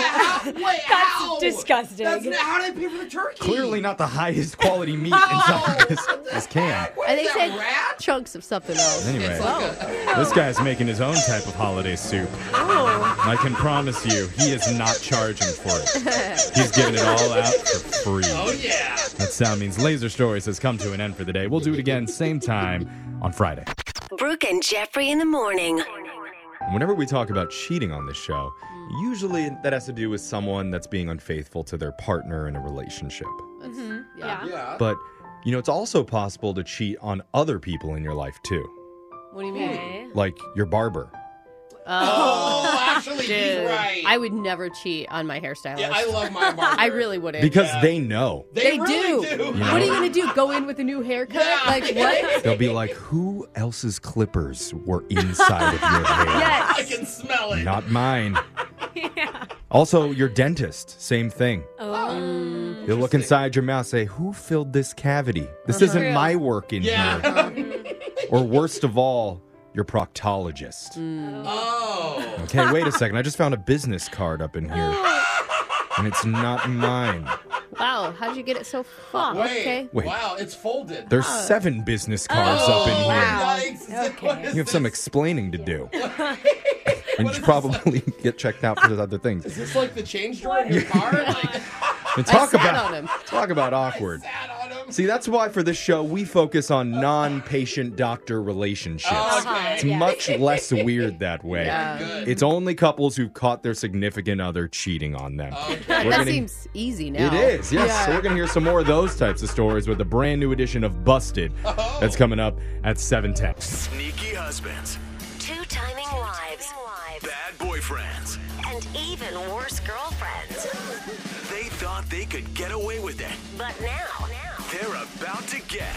S4: That's disgusting.
S2: That's not, how did I pay for the turkey?
S1: Clearly, not the highest quality meat inside this, this can.
S3: And they said chunks of something else.
S1: Anyway,
S3: Oh.
S1: this guy's making his own type of holiday soup.
S3: Oh.
S1: And I can promise you, he is not charging for it. He's giving it all out for free.
S2: Oh, yeah.
S1: That sound means Laser Stories has come to an end for the day. We'll do it again, same time on Friday.
S6: Brooke and Jeffrey in the morning.
S1: Whenever we talk about cheating on this show, usually that has to do with someone that's being unfaithful to their partner in a relationship.
S2: Mm-hmm.
S3: Yeah.
S2: Uh.
S1: But, you know, it's also possible to cheat on other people in your life too,
S3: What do you mean?
S1: like your barber.
S2: Oh, actually, he's
S3: Dude,
S2: right.
S3: I would never cheat on my hairstylist.
S2: Yeah, I love my barber.
S3: I really wouldn't.
S1: Because they know.
S2: They
S3: do.
S2: really do.
S1: Yeah.
S3: What are you gonna do? Go in with a new haircut?
S2: Yeah.
S3: Like what?
S1: They'll be like, who else's clippers were inside of your hair?
S2: I can smell it.
S1: Not mine. Also, your dentist, same thing.
S2: Oh.
S3: Oh.
S2: um,
S1: They'll look inside your mouth, say, Who filled this cavity? This isn't my work in here.
S2: Yeah.
S1: Or worst of all, your proctologist.
S2: Mm. oh.
S1: Okay, wait a second. I just found a business card up in here. And it's not mine.
S3: Wow, how'd you get it so fucked?
S2: Wait.
S3: Okay.
S1: Wait.
S2: Wow, it's folded.
S1: There's seven business cards up in
S2: oh,
S1: here.
S2: Yikes. Okay.
S1: You have some explaining to do. and you should probably get checked out for those other things.
S2: Is this like the change drawer in your car? Like,
S1: And talk
S3: sat
S1: about
S3: on him.
S1: talk about awkward.
S2: sat on him?
S1: See, that's why for this show we focus on non-patient doctor relationships.
S2: Oh, Okay.
S1: It's much less weird that way.
S2: Good.
S1: It's only couples who've caught their significant other cheating on them. We're
S3: That
S1: gonna-
S3: seems easy now.
S1: It is, yes. So we're gonna hear some more of those types of stories with the brand new edition of Busted
S2: Oh.
S1: that's coming up at 7:10.
S11: Sneaky husbands,
S6: Two timing wives.
S11: bad boyfriends.
S6: And even worse girlfriends.
S11: They thought they could get away with it.
S6: But now, now,
S11: They're about to get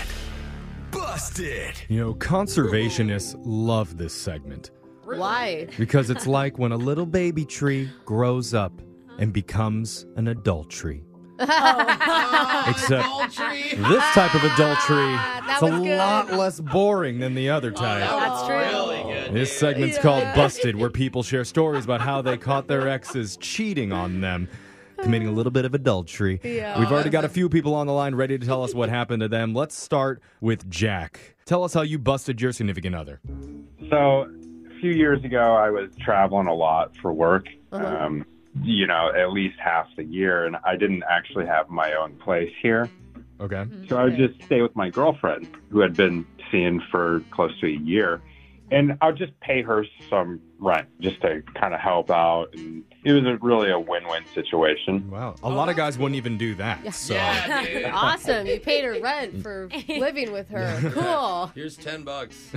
S11: busted.
S1: You know, conservationists love this segment
S3: Why?
S1: because it's like when a little baby tree grows up and becomes an adult tree.
S2: Oh.
S1: Except
S2: Adultery.
S1: This type of adultery
S3: that
S1: it's a
S3: was good.
S1: lot less boring than the other type.
S4: That's true.
S2: Really good.
S1: This segment's called Busted, where people share stories about how they caught their exes cheating on them, committing a little bit of adultery. We've already got a few people on the line ready to tell us what happened to them. Let's start with Jack. Tell us how you busted your significant other.
S12: So, a few years ago, I was traveling a lot for work,
S3: Uh-huh.
S12: um, you know, at least half the year, and I didn't actually have my own place here.
S1: Okay.
S12: So I would just stay with my girlfriend, who had been seeing for close to a year, and I would just pay her some rent just to kind of help out. And it was a, really a win win situation.
S1: Wow. A lot of guys wouldn't even do that. So
S2: Yeah, dude.
S3: Awesome. You paid her rent for living with her. Cool.
S2: Here's 10 bucks.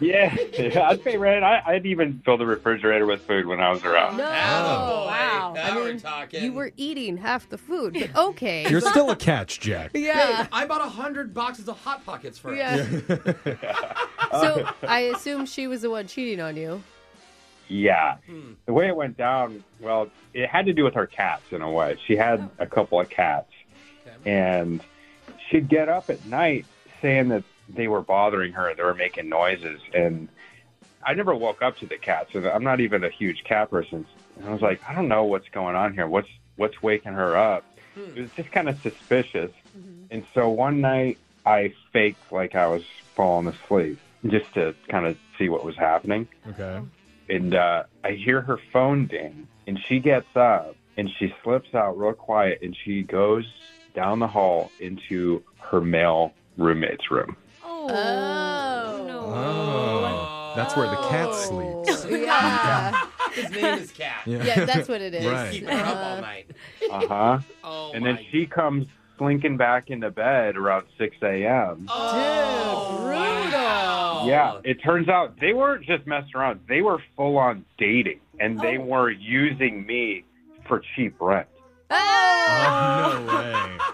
S12: yeah, I'd pay rent. I, I'd even fill the refrigerator with food when I was around.
S3: No.
S2: Oh,
S3: wow.
S2: Now
S3: I
S2: we're
S3: mean,
S2: talking.
S3: you were eating half the food, but okay.
S1: you're still a catch, Jack.
S3: yeah.
S2: Babe, I bought a hundred boxes of hot pockets for us.
S3: Yeah. so I assume she was the one cheating on you.
S12: Yeah. The way it went down, well, it had to do with her cats in a way. She had a couple of cats, and she'd get up at night saying that they were bothering her. They were making noises, and I never woke up to the cats. And I'm not even a huge cat person. And I was like, I don't know what's going on here. What's what's waking her up? It was just kind of suspicious.
S13: Mm-hmm.
S12: And so one night, I faked like I was falling asleep just to kind of see what was happening
S1: Okay.
S12: and uh, I hear her phone ding, and she gets up and she slips out real quiet, and she goes down the hall into her male roommate's room.
S4: Oh.
S3: Oh.
S4: No.
S1: Oh. That's where the cat sleeps.
S3: Yeah.
S2: His name is Cat.
S1: Yeah.
S3: Oh. Yeah, that's what it is.
S1: Right.
S2: Keeping her up all night.
S12: Uh huh.
S2: Oh
S12: and then she comes slinking back into bed around 6 a.m.
S2: Oh, wow.
S12: Yeah, it turns out they weren't just messing around. They were full on dating, and they were using me for cheap rent.
S1: Oh, no way.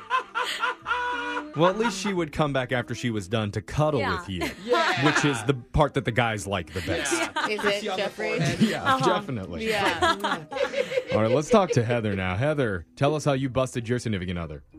S1: Well, at least she would come back after she was done to cuddle
S3: Yeah.
S1: with you,
S3: Yeah.
S1: which is the part that the guys like the best.
S3: Is it Jeffrey?
S1: Yeah, definitely.
S3: Yeah.
S1: All right, let's talk to Heather now. Heather, tell us how you busted your significant other.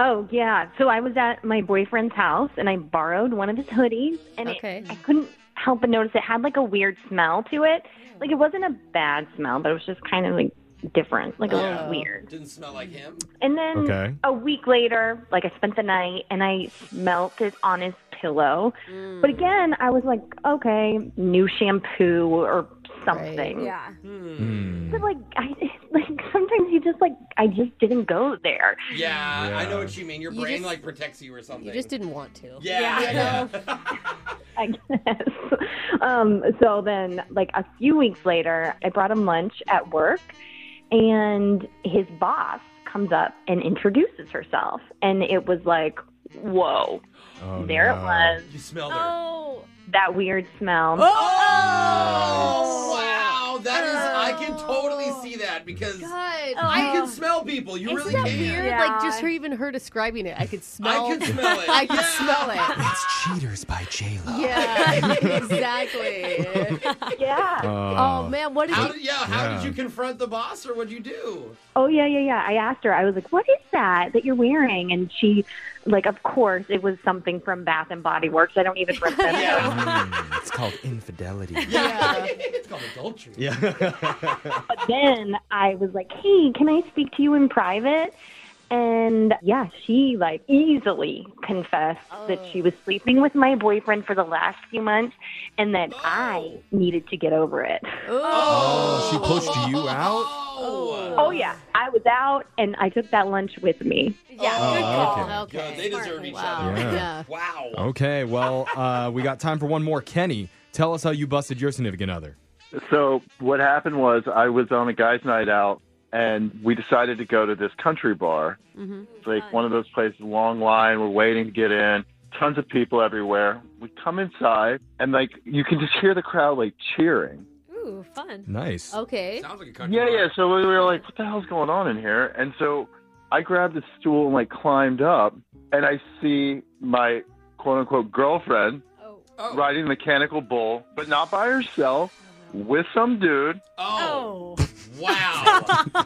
S14: Oh yeah. So I was at my boyfriend's house and I borrowed one of his hoodies and it- I couldn't help but notice it had like a weird smell to it. Like it wasn't a bad smell, but it was just kind of like different,
S15: Oh,
S14: like a
S2: Yeah.
S14: little weird.
S2: Didn't smell like him.
S14: And then
S2: Okay.
S14: a week later, like I spent the night and I smelt it on his pillow. But again, I was like, okay, new shampoo or something.
S4: Yeah.
S1: Mm.
S14: But like I like sometimes you just like I just didn't go there.
S2: Yeah, Uh, I
S14: Yeah.
S2: know what you mean. Your
S14: You
S2: brain
S14: just-
S2: like protects you or something.
S14: you just
S3: didn't want to.
S2: Yeah.
S14: Yeah.
S2: yeah.
S14: I guess. Um, so then, like a few weeks later, I brought him lunch at work, and his boss comes up and introduces herself, and it was like, whoa, there
S1: Uh,
S14: it was,
S2: You smelled her.
S4: Oh.
S14: that weird smell.
S2: Oh, wow, that is. I can totally see that because I can smell people. You
S3: Oh, Isn't
S2: really
S3: that
S2: can.
S3: weird? Like just her even her describing it, I could smell.
S2: could smell it.
S3: I could smell it.
S1: It's Cheaters by J Lo.
S3: Yeah, exactly.
S14: yeah.
S3: Oh, man, what did
S2: How
S3: you-
S2: did- yeah, how
S1: Uh, Yeah.
S2: did you confront the boss, or what'd you do?
S14: Oh yeah, yeah, yeah. I asked her. I was like, "What is that that you're wearing?" And she, like, of course, it was something from Bath and Body Works. I don't even remember.
S1: Mm, it's called infidelity.
S2: Yeah. it's called adultery.
S1: Yeah.
S14: But then I was like, hey, can I speak to you in private? And yeah, she like easily confessed that she was sleeping with my boyfriend for the last few months and that I needed to get over it.
S1: Oh, she pushed you out?
S14: Oh. yeah. I was out and I took that lunch with me.
S4: Yeah.
S1: Oh,
S4: good call.
S1: okay.
S2: God, they deserve each other.
S1: Yeah.
S2: Wow.
S1: Okay, well, uh, we got time for one more. Kenny, tell us how you busted your significant other.
S13: So what happened was I was on a guys' night out, and we decided to go to this country bar. It's like one of those places, long line. We're waiting to get in. Tons of people everywhere. We come inside, and like you can just hear the crowd like cheering.
S4: Ooh, fun.
S1: Nice.
S3: Okay.
S2: Sounds like a
S13: Yeah, yeah. So we were like, "What the hell's going on in here?" And so I grabbed a stool and like climbed up, and I see my quote unquote girlfriend riding a mechanical bull, but not by herself, with some dude.
S2: Oh. Wow.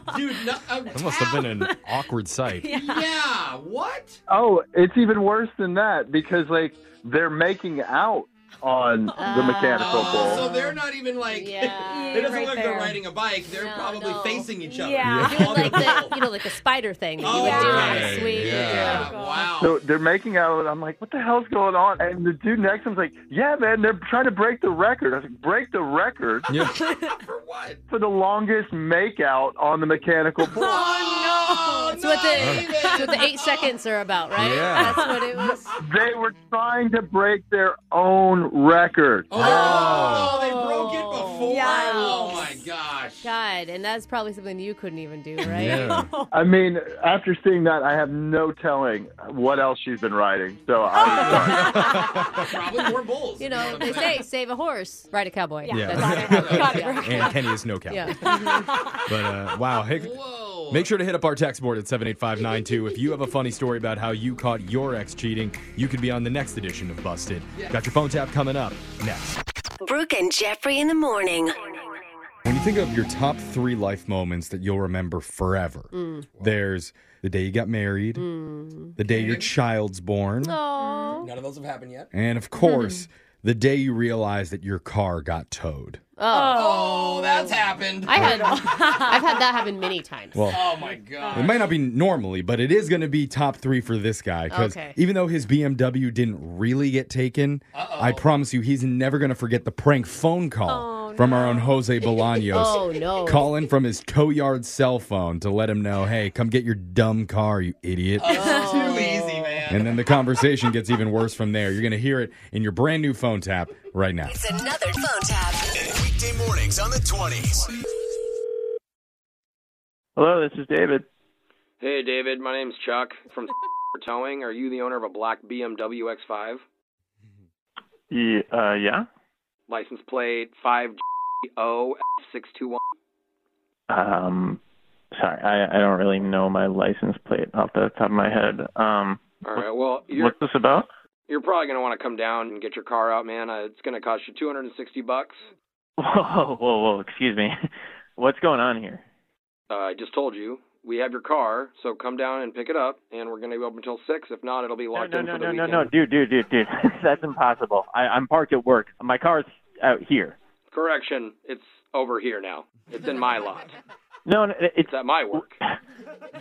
S2: Dude, no, um,
S1: That must have been an awkward sight.
S2: yeah. What?
S13: Oh, it's even worse than that because like they're making out on the mechanical bull.
S2: So they're not even like.
S3: Yeah,
S2: it doesn't
S3: right
S2: look like
S3: there.
S2: they're riding a bike. They're probably facing each other. Oh,
S3: Yeah.
S13: Yeah.
S3: Doing like the, you know, like the spider thing. that you would do on the
S13: Right,
S3: swing.
S13: yeah.
S2: Wow.
S13: So they're making out, and I'm like, "What the hell's going on?" And the dude next to him's like, "Yeah, man, they're trying to break the record." I was like, "Break the record
S2: for what?
S13: For the longest makeout on the mechanical bull."
S3: Oh no! It's what the it's what the eight seconds are about, right?
S13: Yeah.
S3: That's what it was.
S13: They were trying to break their own record.
S2: Oh, they broke it before.
S3: Yikes.
S2: Oh my gosh.
S3: God, and that's probably something you couldn't even do, right?
S13: I mean, after seeing that, I have no telling what else she's been riding. So I'm sorry.
S2: Probably more bulls.
S3: You know, they say save a horse, ride a cowboy.
S1: Yeah.
S3: That's-
S1: and Kenny is no cow.
S3: Yeah.
S1: But uh, wow, hey, make sure to hit up our text board at seven eight five nine two if you have a funny story about how you caught your ex cheating. You could be on the next edition of Busted. Got your phone tap coming up next.
S6: Brooke and Jeffrey in the morning.
S1: When you think of your top three life moments that you'll remember forever,
S6: Mm.
S1: there's the day you got married, the day your child's born,
S15: Oh.
S3: No.
S2: None of those have happened yet.
S1: and of course, the day you realize that your car got towed.
S2: Oh, that's happened.
S3: I had I've had that happen many times.
S1: Well-
S2: oh my god.
S1: It might not be normally, but it is going to be top three for this guy because
S2: Okay.
S1: even though his BMW didn't really get taken, I promise you he's never going to forget the prank phone call from our own Jose Bolaños.
S3: Oh, no.
S1: Calling from his tow
S3: Oh,
S1: yard cell phone to let him know, hey, come get your dumb car, you idiot.
S2: It's too easy, man.
S1: And then the conversation gets even worse from there. You're going to hear it in your brand new phone tap right now.
S6: It's another phone tap.
S11: Weekday mornings on the 20s.
S16: Hello, this is David.
S15: Hey, David. My name's Chuck from Towing. Are you the owner of a black BMW X5?
S16: Yeah, uh, yeah.
S15: License plate 5GOF621.
S16: Um, sorry, I, I don't really know my license plate off the top of my head. Um,
S15: All right, well, you're,
S16: what's this about?
S15: you're probably going to want to come down and get your car out, man. Uh, it's going to cost you 260 bucks.
S16: Whoa, whoa, whoa! Excuse me. What's going on here?
S15: Uh, I just told you. We have your car, so come down and pick it up, and we're going to be open until 6. If not, it'll be locked
S16: No,
S15: in
S16: no,
S15: for the
S16: no, no, no,
S15: weekend.
S16: dude, dude, dude, dude. That's impossible. I, I'm parked at work. My car's out here.
S15: Correction, it's over here now. It's in my lot.
S16: No, no, it- it's
S15: at my work.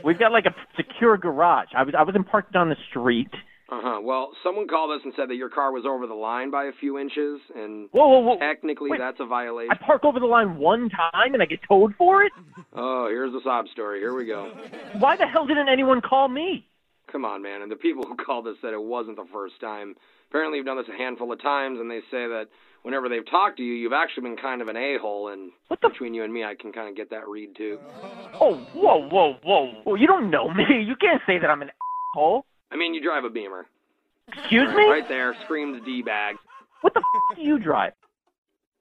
S16: We've got like a secure garage. I was I wasn't parked on the street.
S15: Uh huh. Well, someone called us and said that your car was over the line by a few inches, and
S16: Whoa, whoa, whoa.
S15: technically
S16: Wait.
S15: that's a violation.
S16: I park over the line one time and I get towed for it.
S15: Oh, here's the sob story. Here we go.
S16: Why the hell didn't anyone call me?
S15: Come on, man. And the people who called us said it wasn't the first time. Apparently, you've done this a handful of times, and they say that whenever they've talked to you, you've actually been kind of an a hole. And between you and me, I can kind of get that read too.
S16: Oh, whoa, whoa, whoa, whoa! You don't know me. You can't say that I'm an asshole.
S15: I mean, you drive a Beamer.
S16: Excuse
S15: right,
S16: me?
S15: Right there, screams d bag.
S16: What the f- do you drive?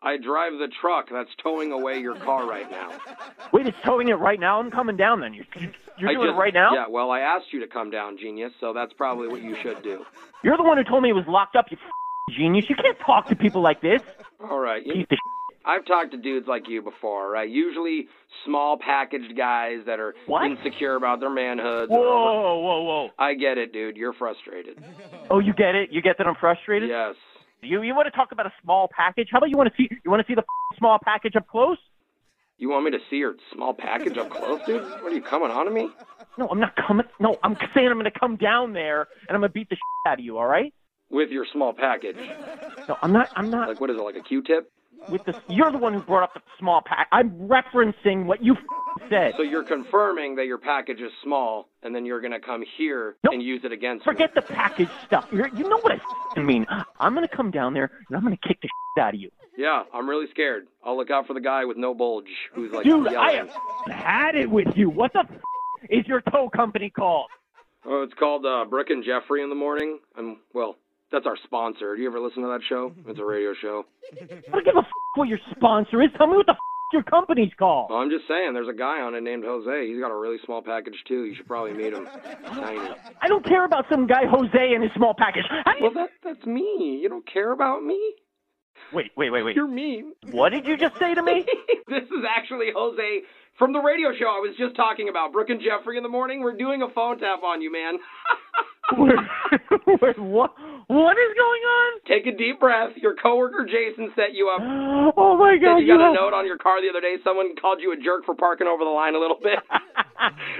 S15: I drive the truck that's towing away your car right now.
S16: Wait, it's towing it right now. I'm coming down. Then you're you're
S15: I
S16: doing
S15: just-
S16: it right now.
S15: Yeah, well, I asked you to come down, genius, so that's probably what you should do.
S16: You're the one who told me it was locked up. You f- genius. You can't talk to people like this.
S15: All right. You,
S16: Piece of
S15: I've talked to dudes like you before, right? Usually small packaged guys that are insecure about their manhood.
S16: Whoa, whoa, whoa.
S15: I get it, dude. You're frustrated.
S16: Oh, you get it? You get that I'm frustrated?
S15: Yes.
S16: You you want to talk about a small package? How about you want to see you want to see the f- small package up close?
S15: You want me to see your small package up close, dude? What are you coming on to me?
S16: No, I'm not coming. No, I'm saying I'm going to come down there and I'm going to beat the shit out of you. All right?
S15: With your small package.
S16: No, I'm not. I'm not.
S15: Like what is it? Like a Q-tip?
S16: With the you're the one who brought up the small pack. I'm referencing what you f- said.
S15: So you're confirming that your package is small, and then you're gonna come here and use it against me.
S16: Forget the package stuff. You're, you know what I f- mean. I'm going to come down there and I'm going to kick the shit out of you.
S15: Yeah, I'm really scared. I'll look out for the guy with no bulge who's like
S16: Dude,
S15: yelling.
S16: I have f- had it with you. What the f- is your tow company called?
S15: Oh, it's called uh, Brick and Jeffrey in the morning. I'm well, that's our sponsor. Do you ever listen to that show? It's a radio show.
S16: I don't give a f- what your sponsor is. Tell me what the f- your company's called.
S15: Well, I'm just saying, there's a guy on it named Jose. He's got a really small package too. You should probably meet him. Tiny.
S16: I don't care about some guy Jose and his small package. How do you-
S15: Well, that that's me. You don't care about me.
S16: wait, wait, wait, wait.
S15: You're mean.
S16: What did you just say to me?
S15: this is actually Jose from the radio show I was just talking about. Brick and Jeffrey in the morning. We're doing a phone tap on you, man.
S16: Wait, what? What is going on?
S15: Take a deep breath. Your coworker Jason set you up.
S16: Oh my
S15: Said
S16: god!
S15: you got
S16: have-
S15: a note on your car the other day. Someone called you a jerk for parking over the line a little bit.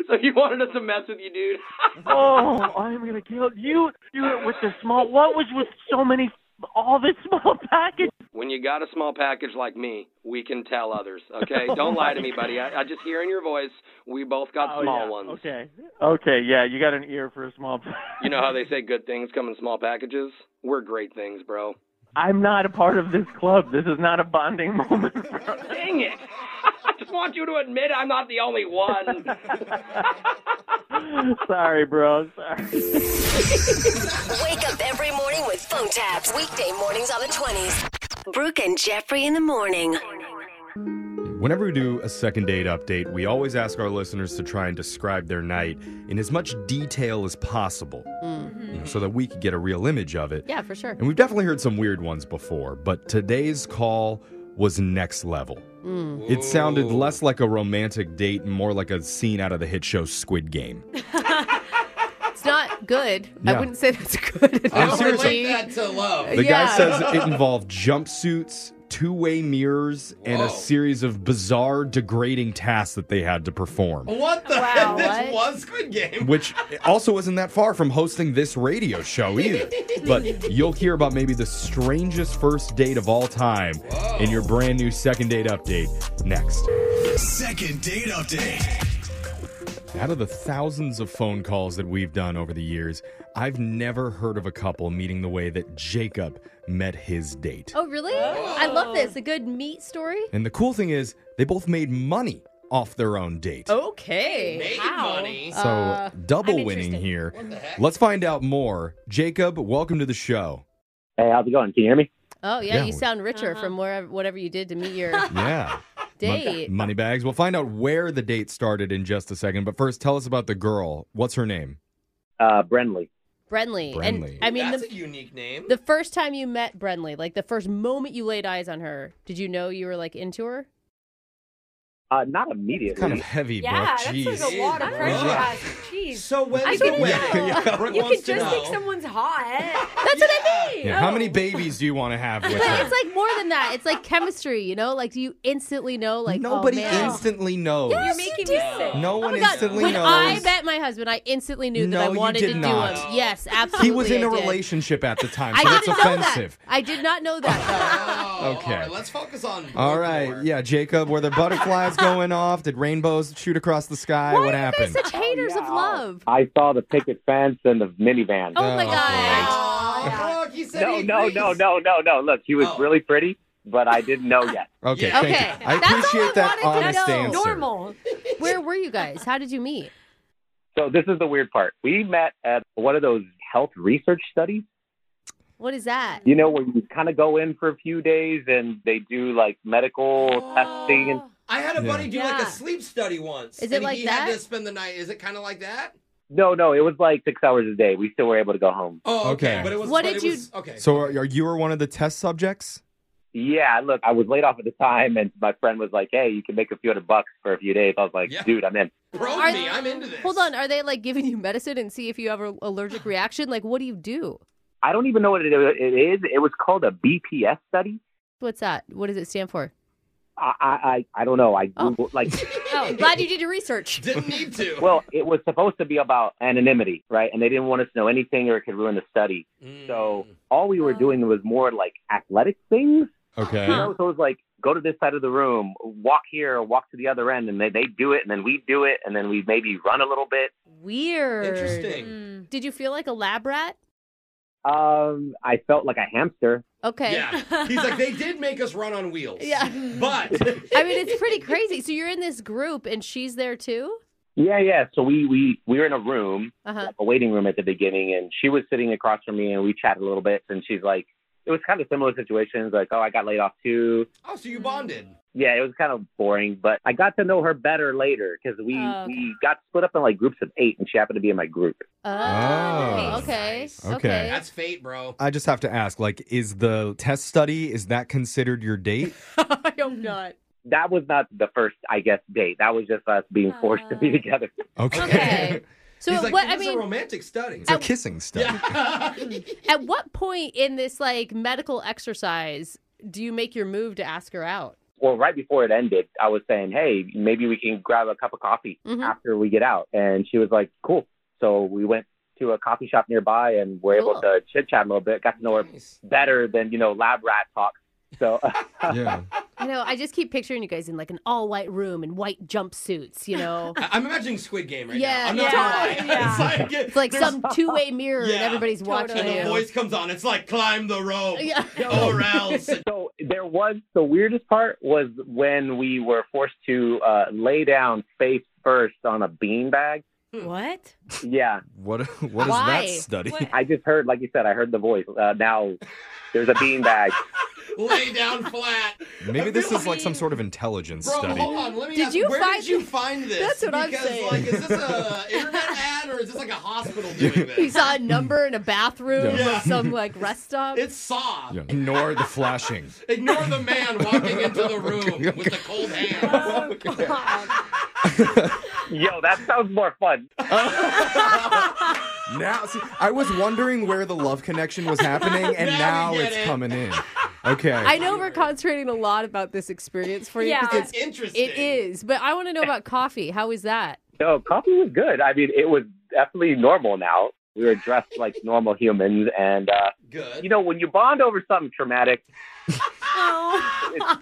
S15: so he wanted us to mess with you, dude.
S16: oh, I'm gonna kill you. You were with the small. What was with so many? All this small package.
S15: When you got a small package like me, we can tell others. Okay,
S16: Oh
S15: don't lie
S16: my
S15: to me, buddy. I, I just hear in your voice we both got
S16: Oh,
S15: small
S16: yeah.
S15: ones.
S16: Okay. Okay. Yeah, you got an ear for a small.
S15: You know how they say good things come in small packages? We're great things, bro.
S16: I'm not a part of this club. This is not a bonding moment.
S15: Dang it! I just want you to admit I'm not the only one.
S16: Sorry, bro. Sorry.
S6: Wake up every morning with phone taps. Weekday mornings on the 20s. Brooke and Jeffrey in the morning.
S1: Whenever we do a second date update, we always ask our listeners to try and describe their night in as much detail as possible you know, so that we could get a real image of it.
S3: Mm. Yeah, for sure.
S1: And we've definitely heard some weird ones before, but today's call was next level.
S3: Mm.
S1: It sounded less like a romantic date and more like a scene out of the hit show Squid Game.
S3: It's not good. I
S1: Yeah.
S3: wouldn't say that's good.
S1: I'm
S3: analogy.
S1: seriously-
S2: That to love.
S3: Oh,
S1: The guy
S3: Yeah.
S1: says it involved jumpsuits, two way mirrors, and a series of bizarre, degrading tasks that they had to perform.
S2: What the
S3: Wow,
S2: heck? This
S3: what?
S2: was Squid Game.
S1: which also isn't that far from hosting this radio show either. But you'll hear about maybe the strangest first date of all time in your brand new second date update next.
S11: Second date update.
S1: Out of the thousands of phone calls that we've done over the years, I've never heard of a couple meeting the way that Jacob met his date.
S3: Oh, really? I love this. A good meat story.
S1: And the cool thing is, they both made money off their own date.
S3: Okay. How?
S1: So,
S3: Uh,
S1: double winning here. Let's find out more. Jacob, welcome to the show.
S17: Hey, how's it going? Can you hear me?
S3: Oh yeah,
S1: Yeah,
S3: you
S1: we-
S3: sound richer
S2: Uh-huh.
S3: from wherever whatever you did to meet your
S1: Yeah.
S3: date.
S1: Money bags. We'll find out where the date started in just a second, but first tell us about the girl. What's her name?
S17: Uh Brenly.
S3: Brenly.
S1: Brenly.
S3: And I mean
S2: That's
S3: the,
S2: a unique name.
S3: the first time you met Brenly, like the first moment you laid eyes on her, did you know you were like into her?
S17: Uh, not immediately.
S1: Kind of heavy,
S4: Yeah,
S1: bro. Jeez.
S4: that's like a lot of pressure. guys. Jeez.
S2: So when
S4: I
S2: is
S4: can
S2: the
S4: tell.
S2: wedding? Yeah, yeah. Brooke
S4: You can
S2: wants to
S4: just think
S2: know.
S4: someone's hot. That's what I mean.
S1: Yeah, How many babies do you want to have with
S3: But
S1: her?
S3: it's like more than that. It's like chemistry, you know? Like do you instantly know like
S1: Nobody
S3: oh, man.
S1: instantly knows.
S3: Yes, You're making me sick.
S1: No
S3: Oh
S1: one
S3: my God,
S1: instantly
S3: when
S1: knows.
S3: I met my husband, I instantly knew
S1: No,
S3: that I
S1: you
S3: wanted
S1: did
S3: to
S1: not.
S3: do him. Yes, absolutely.
S1: he was in
S3: a
S1: a relationship at the time,
S3: I
S1: so that's
S3: didn't know
S1: offensive.
S3: that. Oh, I did not know that.
S1: Okay. All right,
S2: Let's focus on.
S1: yeah, Jacob, were there butterflies going off? Did rainbows shoot across the sky? what happened?
S3: Such haters of love.
S17: I saw the picket fence and the minivan.
S3: Oh my god.
S4: Oh,
S2: Brooke, Oh, he said
S17: No,
S2: he
S17: no,
S2: agrees. Oh.
S17: no, no, no, no. Look, she was really pretty, but I didn't know yet.
S1: Okay, thank you. I appreciate that honest answer.
S3: Normal. Where were you guys? How did you meet?
S17: So this is the weird part. We met at one of those health research studies.
S3: What is that?
S17: You know, where you kind of go in for a few days and they do like medical
S4: Oh.
S17: testing and
S2: I had a buddy do like
S3: Yeah.
S2: a sleep study once.
S3: Is it
S2: and
S3: like
S2: he
S3: that?
S2: had to spend the night. Is it kind of like that?
S17: No, no, it was like six hours a day. We still were able to go home.
S2: Oh, okay.
S1: Okay.
S2: But it was.
S3: What
S2: but
S3: did
S2: it
S3: you-
S2: Was, okay.
S1: So, are, are you were one of the test subjects?
S17: Yeah, look, I was laid off at the time, and my friend was like, "Hey, you can make a few hundred bucks for a few days." I was like, "Dude, I'm in."
S2: Bro,
S3: Are-
S2: me, I'm into this.
S3: Hold on, are they like giving you medicine and see if you have an allergic reaction? Like, what do you do?
S17: I don't even know what it it is. It was called a BPS study.
S3: What's that? What does it stand for?
S17: I I I, I don't know. I Googled, like,
S3: Oh, I'm glad you did your research.
S2: Didn't need to.
S17: well, it was supposed to be about anonymity, right? And they didn't want us to know anything, or it could ruin the study.
S2: Mm.
S17: So all we were doing was more like athletic things.
S1: Okay.
S17: You know, so it was like go to this side of the room, walk here, or walk to the other end, and they they do it, and then we do it, and then we maybe run a little bit.
S3: Weird.
S2: Interesting.
S3: Did you feel like a lab rat?
S17: Um, I felt like a hamster.
S3: Okay.
S2: Yeah. He's like, they did make us run on wheels.
S3: Yeah.
S2: But
S3: I mean, it's pretty crazy. So you're in this group and she's there too?
S17: Yeah, yeah. So we we we were in a room,
S3: Uh-huh.
S17: a waiting room at the beginning, and she was sitting across from me, and we chatted a little bit, and she's like, it was kind of similar situations, like, oh, I got laid off too.
S2: oh, so you bonded.
S17: Yeah, it was kind of boring, but I got to know her better later because we
S3: Oh, okay.
S17: we got split up in like groups of eight, and she happened to be in my group.
S3: Oh, okay.
S1: Ah. Okay.
S2: That's fate, bro.
S1: I just have to ask, like, is the test study, is that considered your date?
S3: I am not.
S17: That was not the first, I guess, date. That was just us being forced to be together.
S1: Okay.
S3: Okay. So
S2: He's like,
S3: what
S2: it
S3: I
S2: was
S3: mean,
S2: a romantic study.
S1: Oh, It's a kissing study.
S3: at what point in this like medical exercise do you make your move to ask her out?
S17: Well, right before it ended, I was saying, hey, maybe we can grab a cup of coffee
S3: Mhm.
S17: after we get out, and she was like, cool. So we went to a coffee shop nearby, and were able to chit chat a little bit. Got to know her better than you know lab rat talk. So
S1: yeah.
S3: I know. I just keep picturing you guys in like an all white room in white jumpsuits. You know.
S2: I- I'm imagining Squid Game right
S3: Oh. Yeah,
S2: now. I'm not
S3: yeah,
S2: gonna lie.
S3: yeah.
S2: It's like,
S3: It's like
S2: there's-
S3: some two way mirror and
S2: Yeah,
S3: everybody's watching
S2: And the
S3: you.
S2: voice comes on. It's like climb the rope
S3: Yeah.
S2: or else.
S17: So there was the weirdest part was when we were forced to uh, lay down face first on a beanbag.
S4: Hmm. What?
S17: Yeah,
S1: What what
S4: is that Why? study? What?
S17: I just heard, like you said, I heard the voice. Uh, now there's a beanbag.
S2: Lay down flat.
S1: Maybe this is like some sort of intelligence
S2: Bro,
S1: study.
S2: hold on. Let me
S3: Did
S2: ask,
S3: you
S2: where
S3: find-
S2: did you find this?
S3: That's what I'm
S2: because,
S3: saying.
S2: Like, is this a internet ad or is this like a hospital doing this?
S3: He saw a number in a bathroom
S1: Yeah.
S3: of some like rest stop.
S2: It's Saw.
S1: Yeah. Ignore the flashing.
S2: Ignore the man walking into the room with the cold hands.
S17: Yo, that sounds more fun.
S1: Now, see, I was wondering where the love connection was happening, and now,
S2: Now we get
S1: it's
S2: it.
S1: coming in. Okay.
S3: I know we're concentrating a lot about this experience for you.
S4: Yeah.
S3: 'cause
S2: It's interesting.
S3: It is, but I want to know about coffee. How is that?
S17: No, coffee was good. I mean, it was definitely normal. Now we were dressed like normal humans, and uh,
S2: Good.
S17: you know, when you bond over something traumatic, it's,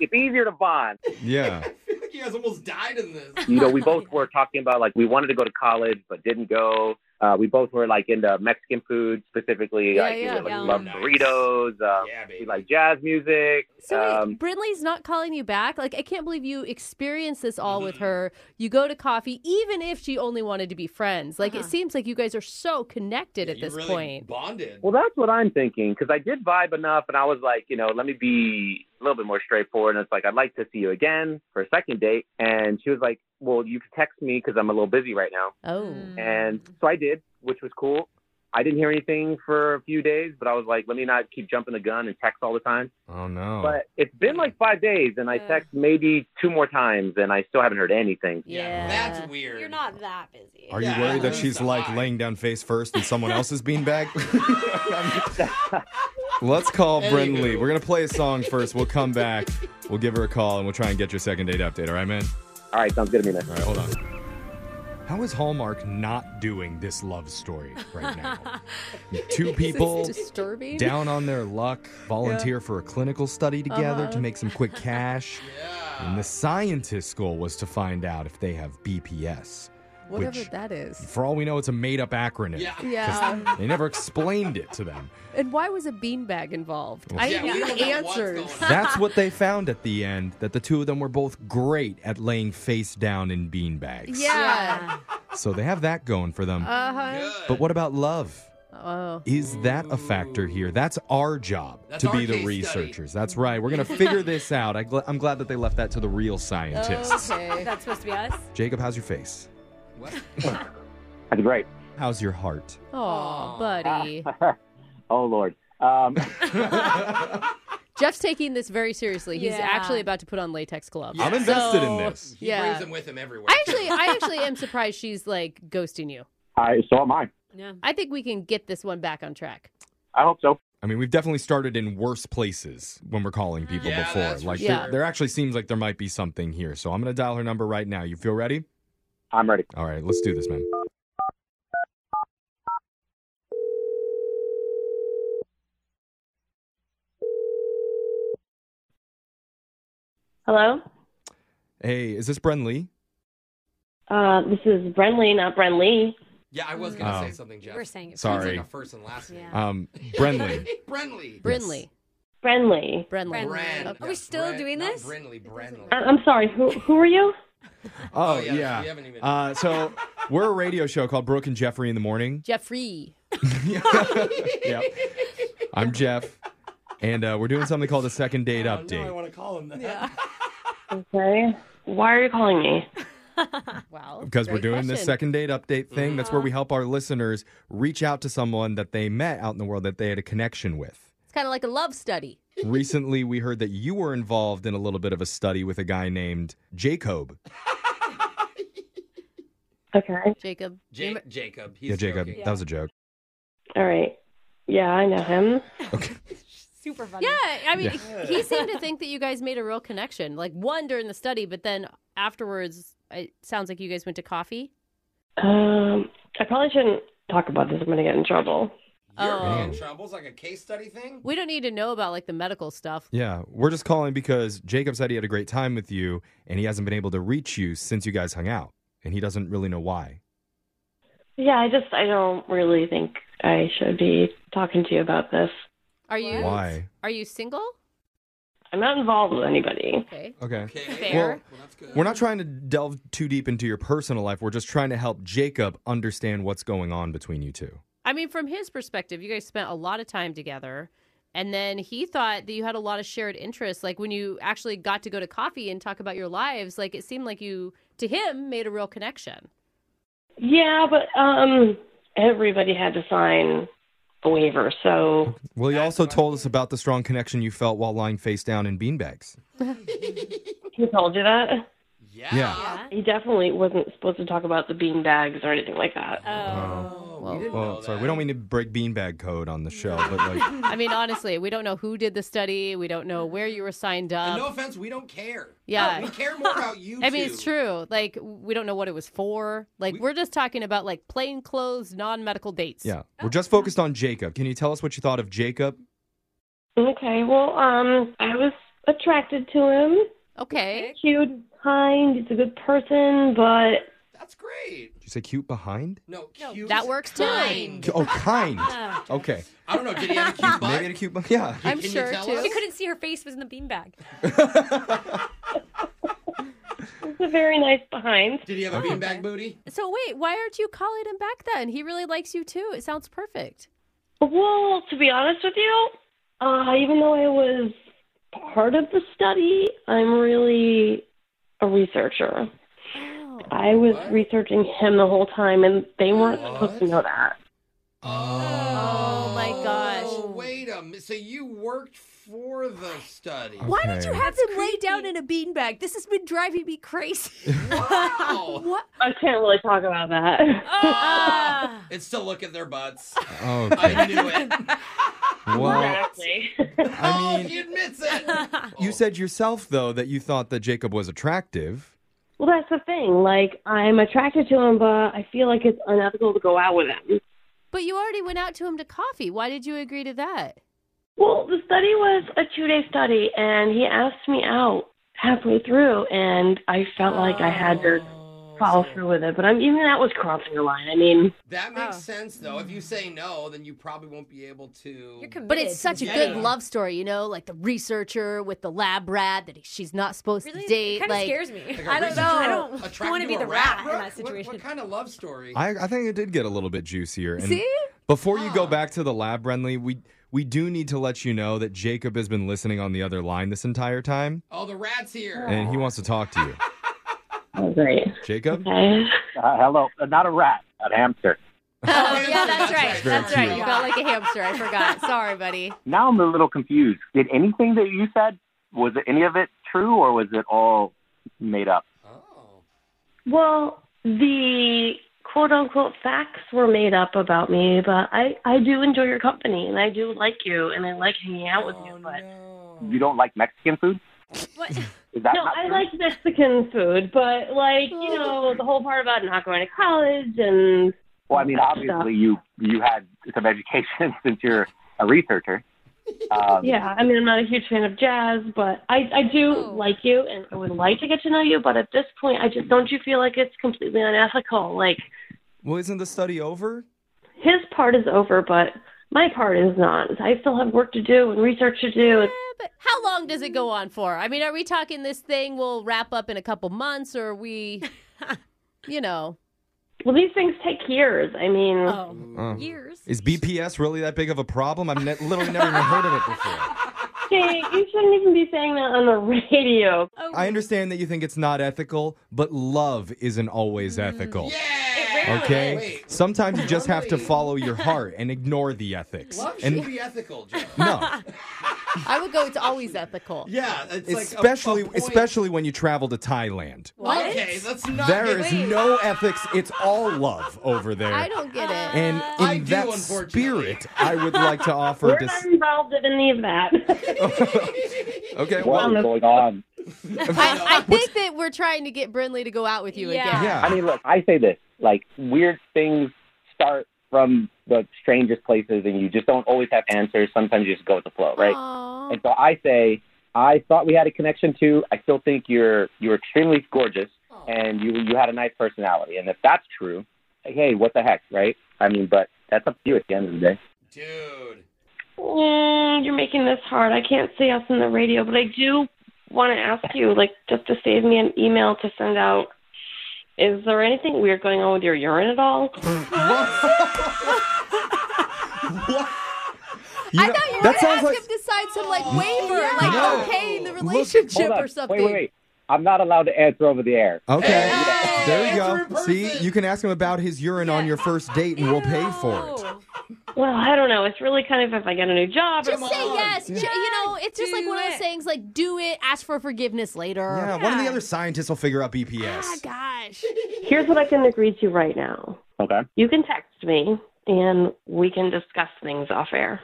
S17: it's easier to bond.
S1: Yeah.
S2: think you guys almost died in this.
S17: you know, we both were talking about like we wanted to go to college but didn't go. Uh, we both were like into Mexican food specifically.
S3: Yeah,
S17: like, we
S3: yeah,
S17: were, like,
S3: yeah.
S17: love
S3: Nice.
S17: burritos. Um, we like jazz music.
S3: So wait,
S17: um,
S3: Brinley's not calling you back. Like I can't believe you experienced this all with her. You go to coffee, even if she only wanted to be friends. Like it seems like you guys are so connected at this point.
S2: Bonded.
S17: Well, that's what I'm thinking because I did vibe enough, and I was like, you know, let me be a little bit more straightforward. And it's like, I'd like to see you again for a second date. And she was like, well, you can text me because I'm a little busy right now.
S3: Oh,
S17: And so I did, which was cool. I didn't hear anything for a few days, but I was like, let me not keep jumping the gun and text all the time.
S1: Oh no.
S17: But it's been like five days, and I text maybe two more times, and I still haven't heard anything.
S4: Yeah.
S2: That's weird.
S4: You're not that busy.
S1: Are you worried that she's like laying down face first in someone else's beanbag? Let's call
S11: Anywho.
S1: Brindley. We're gonna play a song first. We'll come back. We'll give her a call and we'll try and get your second date update. All right, man.
S17: All right, sounds good to me, man.
S1: All right, hold on. How is Hallmark not doing this love story right now? Two people
S3: This is disturbing.
S1: down on their luck, volunteer for a clinical study together
S3: Uh-huh.
S1: to make some quick cash. And the scientist's goal was to find out if they have BPS.
S3: Whatever
S1: which,
S3: that is.
S1: for all we know, it's a made up acronym.
S3: Yeah.
S1: 'Cause
S3: Yeah.
S1: They never explained it to them.
S3: And why was a beanbag involved?
S1: Well,
S3: I
S1: Yeah,
S3: need answers.
S1: That's what they found at the end that the two of them were both great at laying face down in beanbags.
S3: Yeah.
S1: So they have that going for them.
S3: Uh huh.
S1: But what about love?
S3: Oh.
S1: Is that a factor here? That's our job
S3: That's
S1: to
S3: our
S1: be the
S3: case study.
S1: researchers. That's right. We're going to figure this out. I gl- I'm glad that they left that to the real scientists.
S4: Okay. That's supposed to be us.
S3: Uh.
S1: Jacob, how's your face?
S17: That's great.
S1: How's your heart?
S3: Oh, buddy.
S17: oh, Lord. Um,
S3: Jeff's taking this very seriously. He's
S2: Yeah.
S3: actually about to put on latex gloves.
S1: I'm invested in
S3: So,
S1: this.
S2: He brings
S3: Yeah.
S2: him with him everywhere.
S3: I actually, I actually am surprised she's like ghosting you.
S17: I so am I.
S3: Yeah. I think we can get this one back on track.
S17: I hope so.
S1: I mean, we've definitely started in worse places when we're calling people
S3: Yeah,
S1: before.
S3: that's for
S1: like,
S3: sure.
S1: there, there actually seems like there might be something here. So I'm going to dial her number right now. You feel ready?
S17: I'm ready.
S1: All right, let's do this, man.
S18: Hello?
S1: Hey, is this Bren Lee?
S18: Uh, this is Brenly, not Brenly.
S2: Yeah, I was gonna
S1: Oh.
S2: say something, Jeff.
S18: You were saying it.
S1: Sorry.
S2: Sounds like a first and last name.
S1: Um, Brenly.
S2: Brenly.
S18: Brenly. Brenly.
S3: Brenly.
S2: Bren.
S4: Are we still doing this?
S2: Brenly. Brenly.
S18: I- I'm sorry, who, who are you?
S1: Oh,
S2: yeah,
S1: yeah.
S2: we haven't even-
S1: Uh, so we're a radio show called Brooke and Jeffrey in the Morning.
S3: Jeffrey.
S1: Yep. I'm Jeff, and uh, we're doing something called a second date update.
S2: I want to call him that.
S18: Okay. Why are you calling me?
S1: because we're
S18: Great
S1: doing this
S18: question.
S1: second date update thing. That's where we help our listeners reach out to someone that they met out in the world that they had a connection with.
S3: It's kind of like a love study.
S1: Recently, we heard that you were involved in a little bit of a study with a guy named Jacob.
S18: Okay.
S3: Jacob.
S2: Ja- Jacob. He's
S1: yeah, Jacob.
S2: joking.
S1: That was a joke.
S18: All right. Yeah, I know him.
S4: Super funny.
S3: Yeah, I mean,
S1: Yeah.
S3: he seemed to think that you guys made a real connection. Like one during the study, but then afterwards, it sounds like you guys went to coffee.
S18: Um, I probably shouldn't talk about this. I'm going to get in trouble.
S2: You're
S3: Oh.
S2: getting in trouble. It's like a case study thing.
S3: We don't need to know about like the medical stuff.
S1: Yeah, we're just calling because Jacob said he had a great time with you, and he hasn't been able to reach you since you guys hung out, and he doesn't really know why.
S18: Yeah, I just, I don't really think I should be talking to you about this.
S3: Are you?
S1: Why?
S3: Are you single?
S18: I'm not involved with anybody.
S3: Okay.
S1: Okay.
S3: Okay.
S1: Well,
S3: Fair.
S1: we're not trying to delve too deep into your personal life. We're just trying to help Jacob understand what's going on between you two.
S3: I mean, from his perspective, you guys spent a lot of time together. And then he thought that you had a lot of shared interests. Like when you actually got to go to coffee and talk about your lives, like it seemed like you, to him, made a real connection.
S18: Yeah, but um, everybody had to sign a waiver, so
S1: Well, you also told us about the strong connection you felt while lying face down in beanbags.
S18: he told you that.
S1: Yeah. yeah.
S18: He definitely wasn't supposed to talk about the bean bags or anything like that.
S1: Oh, well, sorry. We don't mean to break beanbag code on the show, but like,
S3: I mean, honestly, we don't know who did the study. We don't know where you were signed up.
S2: And no offense, we don't care.
S3: Yeah.
S2: we care more about you.
S3: I mean,
S2: two.
S3: it's true. Like, we don't know what it was for. Like, we, are just talking about like plain clothes, non medical dates.
S1: yeah, we're just focused on Jacob. Can you tell us what you thought of Jacob?
S18: Okay, well, um, I was attracted to him.
S3: Okay.
S18: Cute, kind. He's a good person, but
S1: Did you say cute behind?
S2: No,
S3: cute. That works too.
S1: Oh, kind.
S4: Yeah.
S1: Okay.
S2: I don't know. Did he have a cute butt?
S1: Maybe a cute butt. Yeah.
S4: I'm sure
S1: tell
S4: too.
S1: us?
S4: You couldn't see her face was in the beanbag.
S18: it's a very nice behind.
S2: Did he
S1: Oh,
S2: have a beanbag booty?
S3: So wait, why aren't you calling him back then? He really likes you too. It sounds perfect.
S18: Well, to be honest with you, uh, even though I was part of the study, I'm really a researcher.
S1: Oh.
S18: I was researching him the whole time, and they weren't supposed to know that.
S3: Oh my gosh.
S2: Oh, wait a minute. So you worked for the study.
S3: Why did you have him lay down in a beanbag? This has been driving me crazy. what?
S18: I can't really talk about that.
S2: It's to look at their butts.
S1: Oh,
S2: I knew it.
S1: Well,
S18: Exactly.
S1: I mean-
S2: oh, he admits it.
S1: you said yourself though that you thought that Jacob was attractive.
S18: Well, that's the thing. Like, I'm attracted to him, but I feel like it's unethical to go out with him.
S3: But you already went out to him to coffee. Why did you agree to that?
S18: Well, the study was a two day study, and he asked me out halfway through, and I felt like I had to follow through with it. But I'm, even that was crossing the line. I mean,
S2: That makes sense, though. If you say no, then you probably won't be able to. You're
S3: But it's such a good love story, you know, like the researcher with the lab rat that he- she's not supposed to date.
S4: kinda
S3: like,
S4: scares me.
S2: Like a
S4: I don't know. I don't
S2: researcher
S4: wanna
S2: attracted
S4: be
S2: a
S4: the rat in
S2: Brooke,
S4: that
S2: what- What,
S4: situation.
S2: kind of love story?
S1: I, I think it did get a little bit juicier. And
S3: See?
S1: Before you go back to the lab, Brenly, we we do need to let you know that Jacob has been listening on the other line this entire time,
S2: Oh, the rat's here.
S1: and he wants to talk to you.
S18: Oh, great.
S1: Jacob.
S12: Uh, hello, Uh, not a rat, a hamster.
S3: Oh, yeah, that's right.
S12: That's very
S3: That's right.
S12: cute.
S3: You felt like a hamster. I forgot. Sorry, buddy.
S12: Now I'm a little confused. Did anything that you said was it any of it true or was it all made up?
S18: well, the quote unquote facts were made up about me, but I, I do enjoy your company, and I do like you, and I like hanging out with
S2: Oh,
S18: you. But
S12: You don't like Mexican food? Is that
S18: no,
S12: not
S18: I
S12: true?
S18: like Mexican food, but like you know the whole part about not going to college and
S12: Well, I mean, obviously you you had some education since you're a researcher. Um,
S18: yeah. I mean, I'm not a huge fan of jazz, but I I do
S1: Oh.
S18: like you, and I would like to get to know you. But at this point, I just don't you feel like it's completely unethical? Like
S1: Well, isn't the study over?
S18: his part is over, but my part is not. I still have work to do and research to do.
S1: Eh.
S18: And
S3: How long does it go on for? I mean, are we talking this thing will wrap up in a couple months or are we, you know?
S18: well, these things take years. I mean,
S1: Oh.
S3: years.
S1: Is BPS really that big of a problem? I've ne- literally never even heard of it before.
S18: Jake, you shouldn't even be saying that on the radio.
S2: Oh.
S1: I understand that you think it's not ethical, but love isn't always
S2: Mm.
S1: ethical. okay? Sometimes you just have to follow your heart and ignore the ethics.
S2: Love should
S1: and
S2: be ethical, Jeff.
S1: no,
S3: I would go, it's always ethical.
S2: Yeah. It's
S1: especially
S2: like a- a, point.
S1: especially when you travel to Thailand.
S3: What?
S2: Okay, let's not.
S1: There is
S2: get-
S1: no ethics. It's all love over there.
S3: I don't get it.
S1: and in
S2: I do,
S1: that
S2: unfortunately.
S1: spirit, I would like to offer.
S18: We're
S1: Dis-
S18: not involved in any of that.
S1: okay,
S12: what is going on?
S3: I, I think that we're trying to get Brinley to go out with you again.
S12: I mean, look, I say this like weird things start from the strangest places, and you just don't always have answers. Sometimes you just go with the flow, right? And so I say, I thought we had a connection too. I still think you're you're extremely gorgeous, and you you had a nice personality. And if that's true, hey, what the heck, right? I mean, but that's up to you at the end of the day.
S18: Mm, you're making this hard. I can't say yes on the radio, but I do want to ask you, like, just to save me an email to send out. Is there anything weird going on with your urine at all?
S1: You know,
S3: You
S1: that
S3: that
S1: sounds
S3: ask
S1: like
S3: him to sign some like waiver, like
S1: No.
S3: okay in the
S1: hold
S3: relationship
S12: Hold
S3: or
S12: on.
S3: something.
S12: Wait, wait, wait. I'm not allowed to answer over the air.
S1: Okay. there you go. See, you can ask him about his urine on your first date, and we'll pay for it.
S18: well, I don't know. It's really kind of if I get a new job.
S3: Just
S18: or
S3: say yes. Ju- you know, it's just like one of those sayings like do it, ask for forgiveness later.
S1: Yeah, one of the other scientists will figure out BPS.
S3: Gosh.
S18: Here's what I can agree to right now.
S12: Okay.
S18: You can text me, and we can discuss things off air.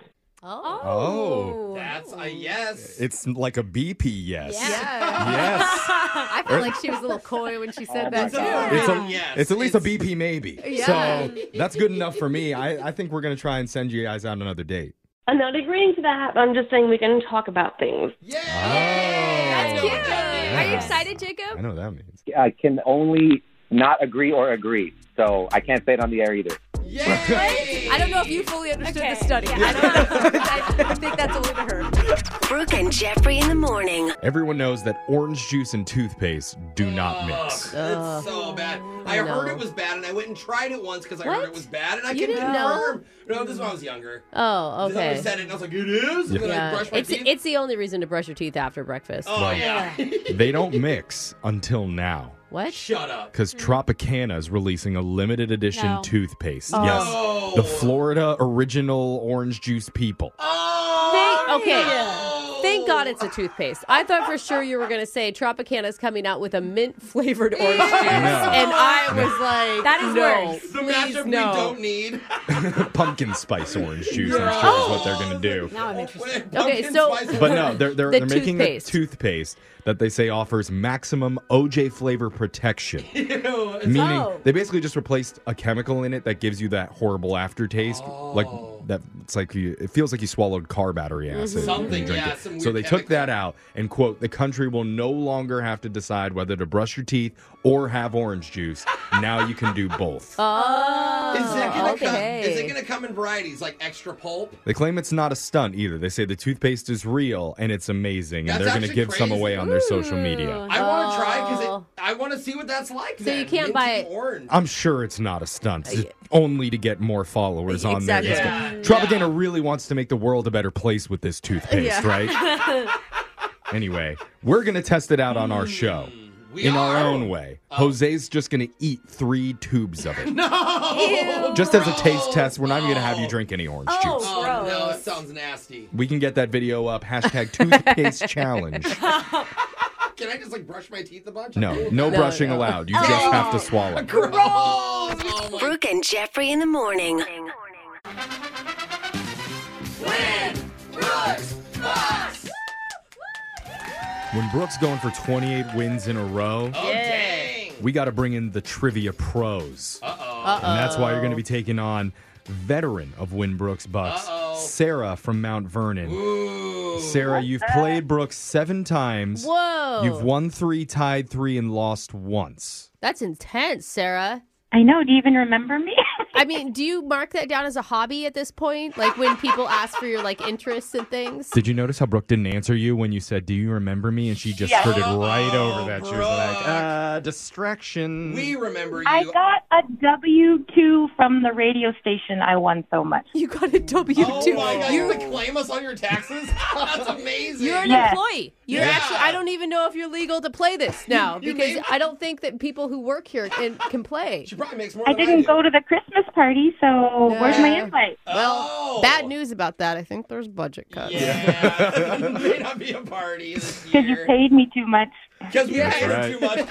S1: Oh.
S2: That's a yes.
S1: It's like a BP yes. Yes.
S3: I feel like she was a little coy when she
S1: Oh,
S3: said that too.
S1: It's, a, it's at least a BP maybe.
S3: Yeah.
S1: So that's good enough for me. I, I think we're going to try and send you guys out on another date.
S18: I'm not agreeing to that. I'm just saying we can talk about things.
S1: Oh. That's cute.
S4: Are you excited, Jacob?
S1: I know what that means.
S17: I can only not agree or agree, so I can't say it on the air either.
S4: I don't know if you fully understood the study. I, don't, I think that's only to her.
S6: Brooke and Jeffrey in the morning.
S1: Everyone knows that orange juice and toothpaste do not mix.
S2: It's so bad. I,
S1: I
S2: heard
S1: know.
S2: it was bad, and I went and tried it once because I heard
S3: What?
S2: it was bad, and I
S3: You
S2: can
S3: didn't know?
S2: confirm. No, this is when I was younger.
S3: Oh,
S2: Somebody
S3: okay.
S2: said it, and I was like, it is. And then I brushed my
S3: It's,
S2: teeth.
S3: it's the only reason to brush your teeth after breakfast.
S2: Oh, yeah.
S1: they don't mix until now.
S3: What?
S2: Shut up.
S1: Because Tropicana is releasing a limited edition
S3: Mm-hmm. No.
S1: toothpaste.
S3: Oh.
S1: Yes. The Florida original orange juice people.
S3: Thank, okay. Oh, Thank God it's a toothpaste. I thought for sure you were going to say Tropicana is coming out with a mint flavored orange juice. And I
S1: No.
S3: was like,
S4: That is
S3: no,
S4: worse.
S2: The
S3: please,
S2: matchup we
S3: no.
S2: don't need.
S1: Pumpkin spice orange juice,
S3: Yeah.
S1: I'm sure is what they're going to do.
S3: Now I'm interested. Okay, so.
S1: But no, they're, they're,
S3: the
S1: they're making
S3: toothpaste.
S1: a toothpaste that they say offers maximum OJ flavor protection. Meaning, they basically just replaced a chemical in it that gives you that horrible aftertaste, like
S2: Oh.
S1: that. It's like you, it feels like you swallowed car battery acid.
S2: Mhm.
S1: when you
S2: Something,
S1: drink
S2: yeah,
S1: it.
S2: some
S1: so
S2: weird
S1: they took that out and quote: "The country will no longer have to decide whether to brush your teeth or have orange juice. now you can do both."
S3: Oh,
S2: Is, that gonna come, is
S3: okay.
S2: it gonna come in varieties like extra pulp?
S1: They claim it's not a stunt either. They say the toothpaste is real and it's amazing,
S2: That's
S1: and they're going to
S2: actually
S1: give some
S2: crazy.
S1: away on their social media.
S2: I want to try because I want to see what that's like. Oh. So you can't buy it orange.
S1: I'm sure it's not a stunt, it's only to get more followers on
S2: Uh, Exactly.
S1: their
S2: Yeah.
S1: Instagram. Tropicana really wants to make the world a better place with this toothpaste, right? Anyway, we're going to test it out on our show
S2: Mm. we
S1: in our
S2: are.
S1: own way. Jose's just going to eat three tubes of it.
S2: No.
S1: Just as a taste test, we're not even going to have you drink any orange juice.
S2: Oh, no, it sounds nasty.
S1: We can get that video up. Hashtag toothpaste challenge.
S2: Can I just like brush my teeth a bunch?
S1: No, no, brushing allowed. You just have to swallow.
S6: Brooke and Jeffrey in the morning.
S1: When Brooks going for 28 wins in a row,
S2: Oh, dang.
S1: we got to bring in the trivia pros.
S2: Uh-oh.
S1: And that's why you're going to be taking on veteran of Win Brooks Bucks, Sarah from Mount Vernon. Sarah, you've played Brooks seven times.
S3: Whoa.
S1: You've won three, tied three, and lost once.
S3: That's intense, Sarah.
S14: I know. Do you even remember me?
S3: I mean, do you mark that down as a hobby at this point? Like when people ask for your like interests and things?
S1: Did you notice how Brooke didn't answer you when you said, Do you remember me? And she just
S3: Yes.
S1: skirted right over that. She was like, Uh, distraction.
S2: Oh, We remember you.
S14: I got a W two from the radio station. I won so much.
S3: You got a W
S2: Oh my god, you can claim us on your taxes? That's amazing.
S3: You're an employee. You're
S2: Yeah.
S3: actually. I don't even know if you're legal to play this now because I don't think that people who work here can, can play. She
S2: probably makes more.
S14: I didn't go to the Christmas party, so where's my invite?
S3: Well, bad news about that. I think there's budget cuts.
S2: Oh. Yeah, may not be a party this
S14: Because you
S2: year.
S14: paid me too much.
S2: Because we
S1: That's
S2: paid her too
S1: right.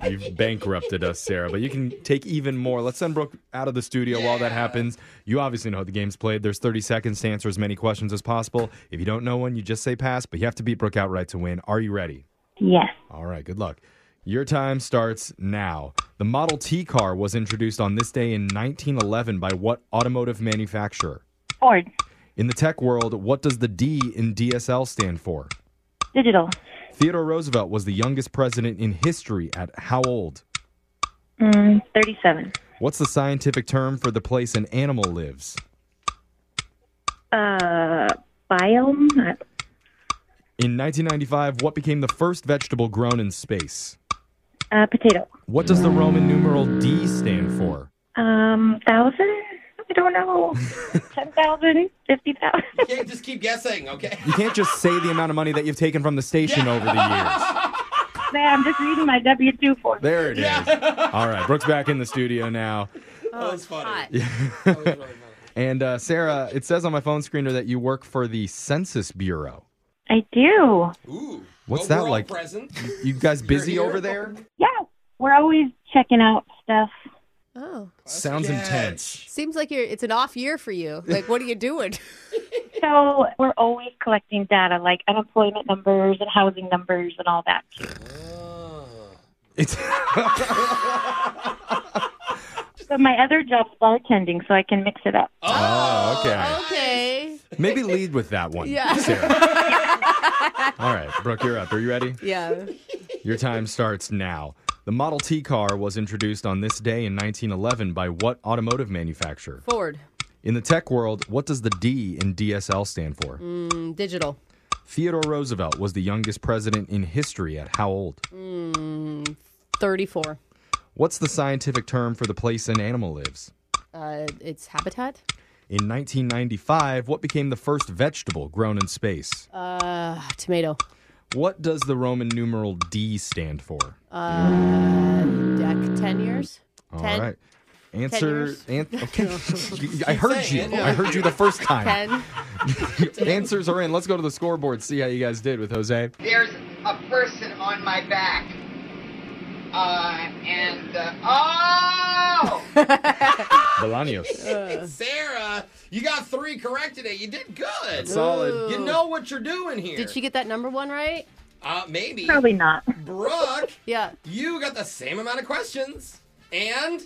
S2: much.
S1: You've bankrupted us, Sarah, but you can take even more. Let's send Brooke out of the studio while that happens. You obviously know how the game's played. There's 30 seconds to answer as many questions as possible. If you don't know one, you just say pass, but you have to beat Brooke outright to win. Are you ready?
S14: Yes.
S1: All right, good luck. Your time starts now. The Model T car was introduced on this day in 1911 by what automotive manufacturer?
S14: Ford,
S1: In the tech world, what does the D in DSL stand for?
S14: digital.
S1: Theodore Roosevelt was the youngest president in history at how old?
S14: Mm, Thirty-seven.
S1: What's the scientific term for the place an animal lives?
S14: Uh, biome.
S1: In 1995, what became the first vegetable grown in space?
S14: Uh, potato.
S1: What does the Roman numeral D stand for?
S14: Um, thousand. I don't know. Ten thousand. Fifty thousand.
S2: You can't just keep guessing, okay?
S1: You can't just say the amount of money that you've taken from the station over the years.
S14: Man, I'm just reading my W two form.
S1: There it is. All right, Brooke's back in the studio now.
S2: Oh, it's funny.
S1: And uh, Sarah, it says on my phone screener that you work for the Census Bureau.
S14: I do.
S1: What's that
S2: Well, we're all
S1: like?
S2: present.
S1: You- You guys busy over there?
S14: Yeah, we're always checking out stuff.
S3: Oh,
S1: Sounds intense.
S3: seems like you're. It's an off year for you. Like, what are you doing?
S14: So we're always collecting data, like unemployment numbers and housing numbers and all that.
S1: It's Oh,
S14: But my other job's bartending, so I can mix it up.
S1: Oh, okay.
S3: Okay.
S1: Maybe lead with that one.
S3: Yeah.
S1: Sarah. All right, Brooke, you're up. Are you ready?
S3: yeah.
S1: Your time starts now. The Model T car was introduced on this day in 1911 by what automotive manufacturer?
S3: Forward.
S1: In the tech world, what does the D in DSL stand for?
S3: Mm, digital.
S1: Theodore Roosevelt was the youngest president in history at how old?
S3: Mm, 34.
S1: What's the scientific term for the place an animal lives?
S3: Uh, it's habitat.
S1: In 1995, what became the first vegetable grown in space?
S3: Uh, tomato.
S1: What does the Roman numeral D stand for?
S3: Uh, deck, 10 years?
S1: All
S3: 10?
S1: right. Answer.
S3: years.
S1: An- okay. I heard you.
S3: Saying,
S1: I heard you the first time.
S3: 10.
S1: Answers are in. Let's go to the scoreboard. See how you guys did with Jose.
S19: There's a person on my back. Uh, and, uh, oh!
S1: Bolaños.
S2: Sarah, you got three correct today. You did good.
S1: That's solid. Ooh.
S2: You know what you're doing here.
S3: Did she get that number one right?
S2: Uh, maybe.
S14: not.
S2: Brooke.
S3: yeah.
S2: You got the same amount of questions and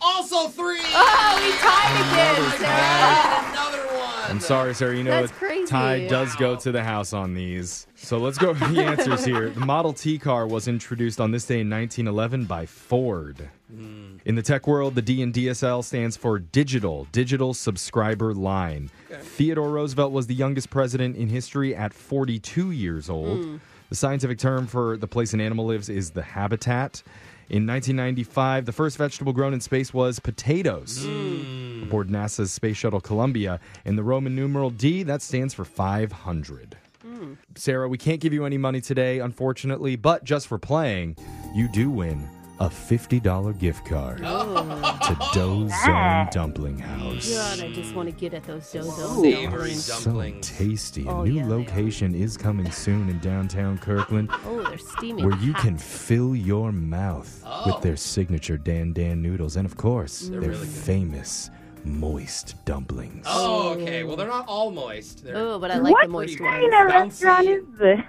S2: also three.
S3: Oh, we tied again,
S2: Sarah. Another one.
S1: I'm sorry, sir. You know
S2: That's
S1: what?
S2: crazy.
S1: Ty does go to the house on these. So let's go over the answers here. The Model T car was introduced on this day in 1911 by Ford. In the tech world, the D in DSL stands for digital, digital subscriber line. Theodore Roosevelt was the youngest president in history at 42 years old.
S11: Mm.
S1: The scientific term for the place an animal lives is the habitat. In 1995, the first vegetable grown in space was potatoes aboard NASA's Space Shuttle Columbia. And the Roman numeral D, that stands for 500.
S3: Mm.
S1: Sarah, we can't give you any money today, unfortunately, but just for playing, you do win a $50 gift card
S2: Oh.
S1: to Doe's Zone Dumpling House.
S3: God, I just want to get at those dozos.
S2: Savory
S1: So
S2: dumplings.
S1: tasty. A
S2: Oh,
S1: new location is coming soon in downtown Kirkland.
S3: Oh, they're steaming.
S1: Where you
S3: hot.
S1: can fill your mouth with their signature Dan Dan noodles. And of course,
S2: Oh. They're
S1: their
S2: really good.
S1: famous moist dumplings.
S2: Oh, okay. Well, they're not all moist. They're
S3: Oh, but I like the moist ones.
S14: restaurant is this?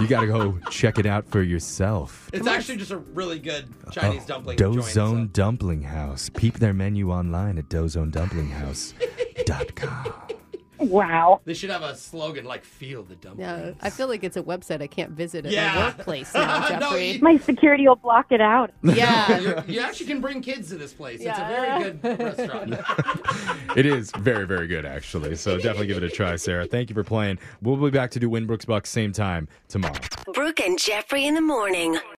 S1: You gotta go check it out for yourself.
S2: It's actually just a really good
S1: Uh,
S2: Chinese dumpling
S1: Dozone
S2: joint.
S1: Dumpling House. Peep their menu online at dozonedumplinghousedumplinghouse.com.
S14: Wow.
S2: They should have a slogan like "Feel the dumpling."
S3: Yeah, I feel like it's a website I can't visit at
S2: Yeah.
S3: my workplace now,
S2: No,
S3: Jeffrey.
S14: My security will block it out.
S2: You're- you actually can bring kids to this place. It's a very good restaurant.
S1: It is very, very good, actually. So definitely give it a try, Sarah. Thank you for playing. We'll be back to do Winbrook's Bucks same time tomorrow.
S6: Brooke and Jeffrey in the morning.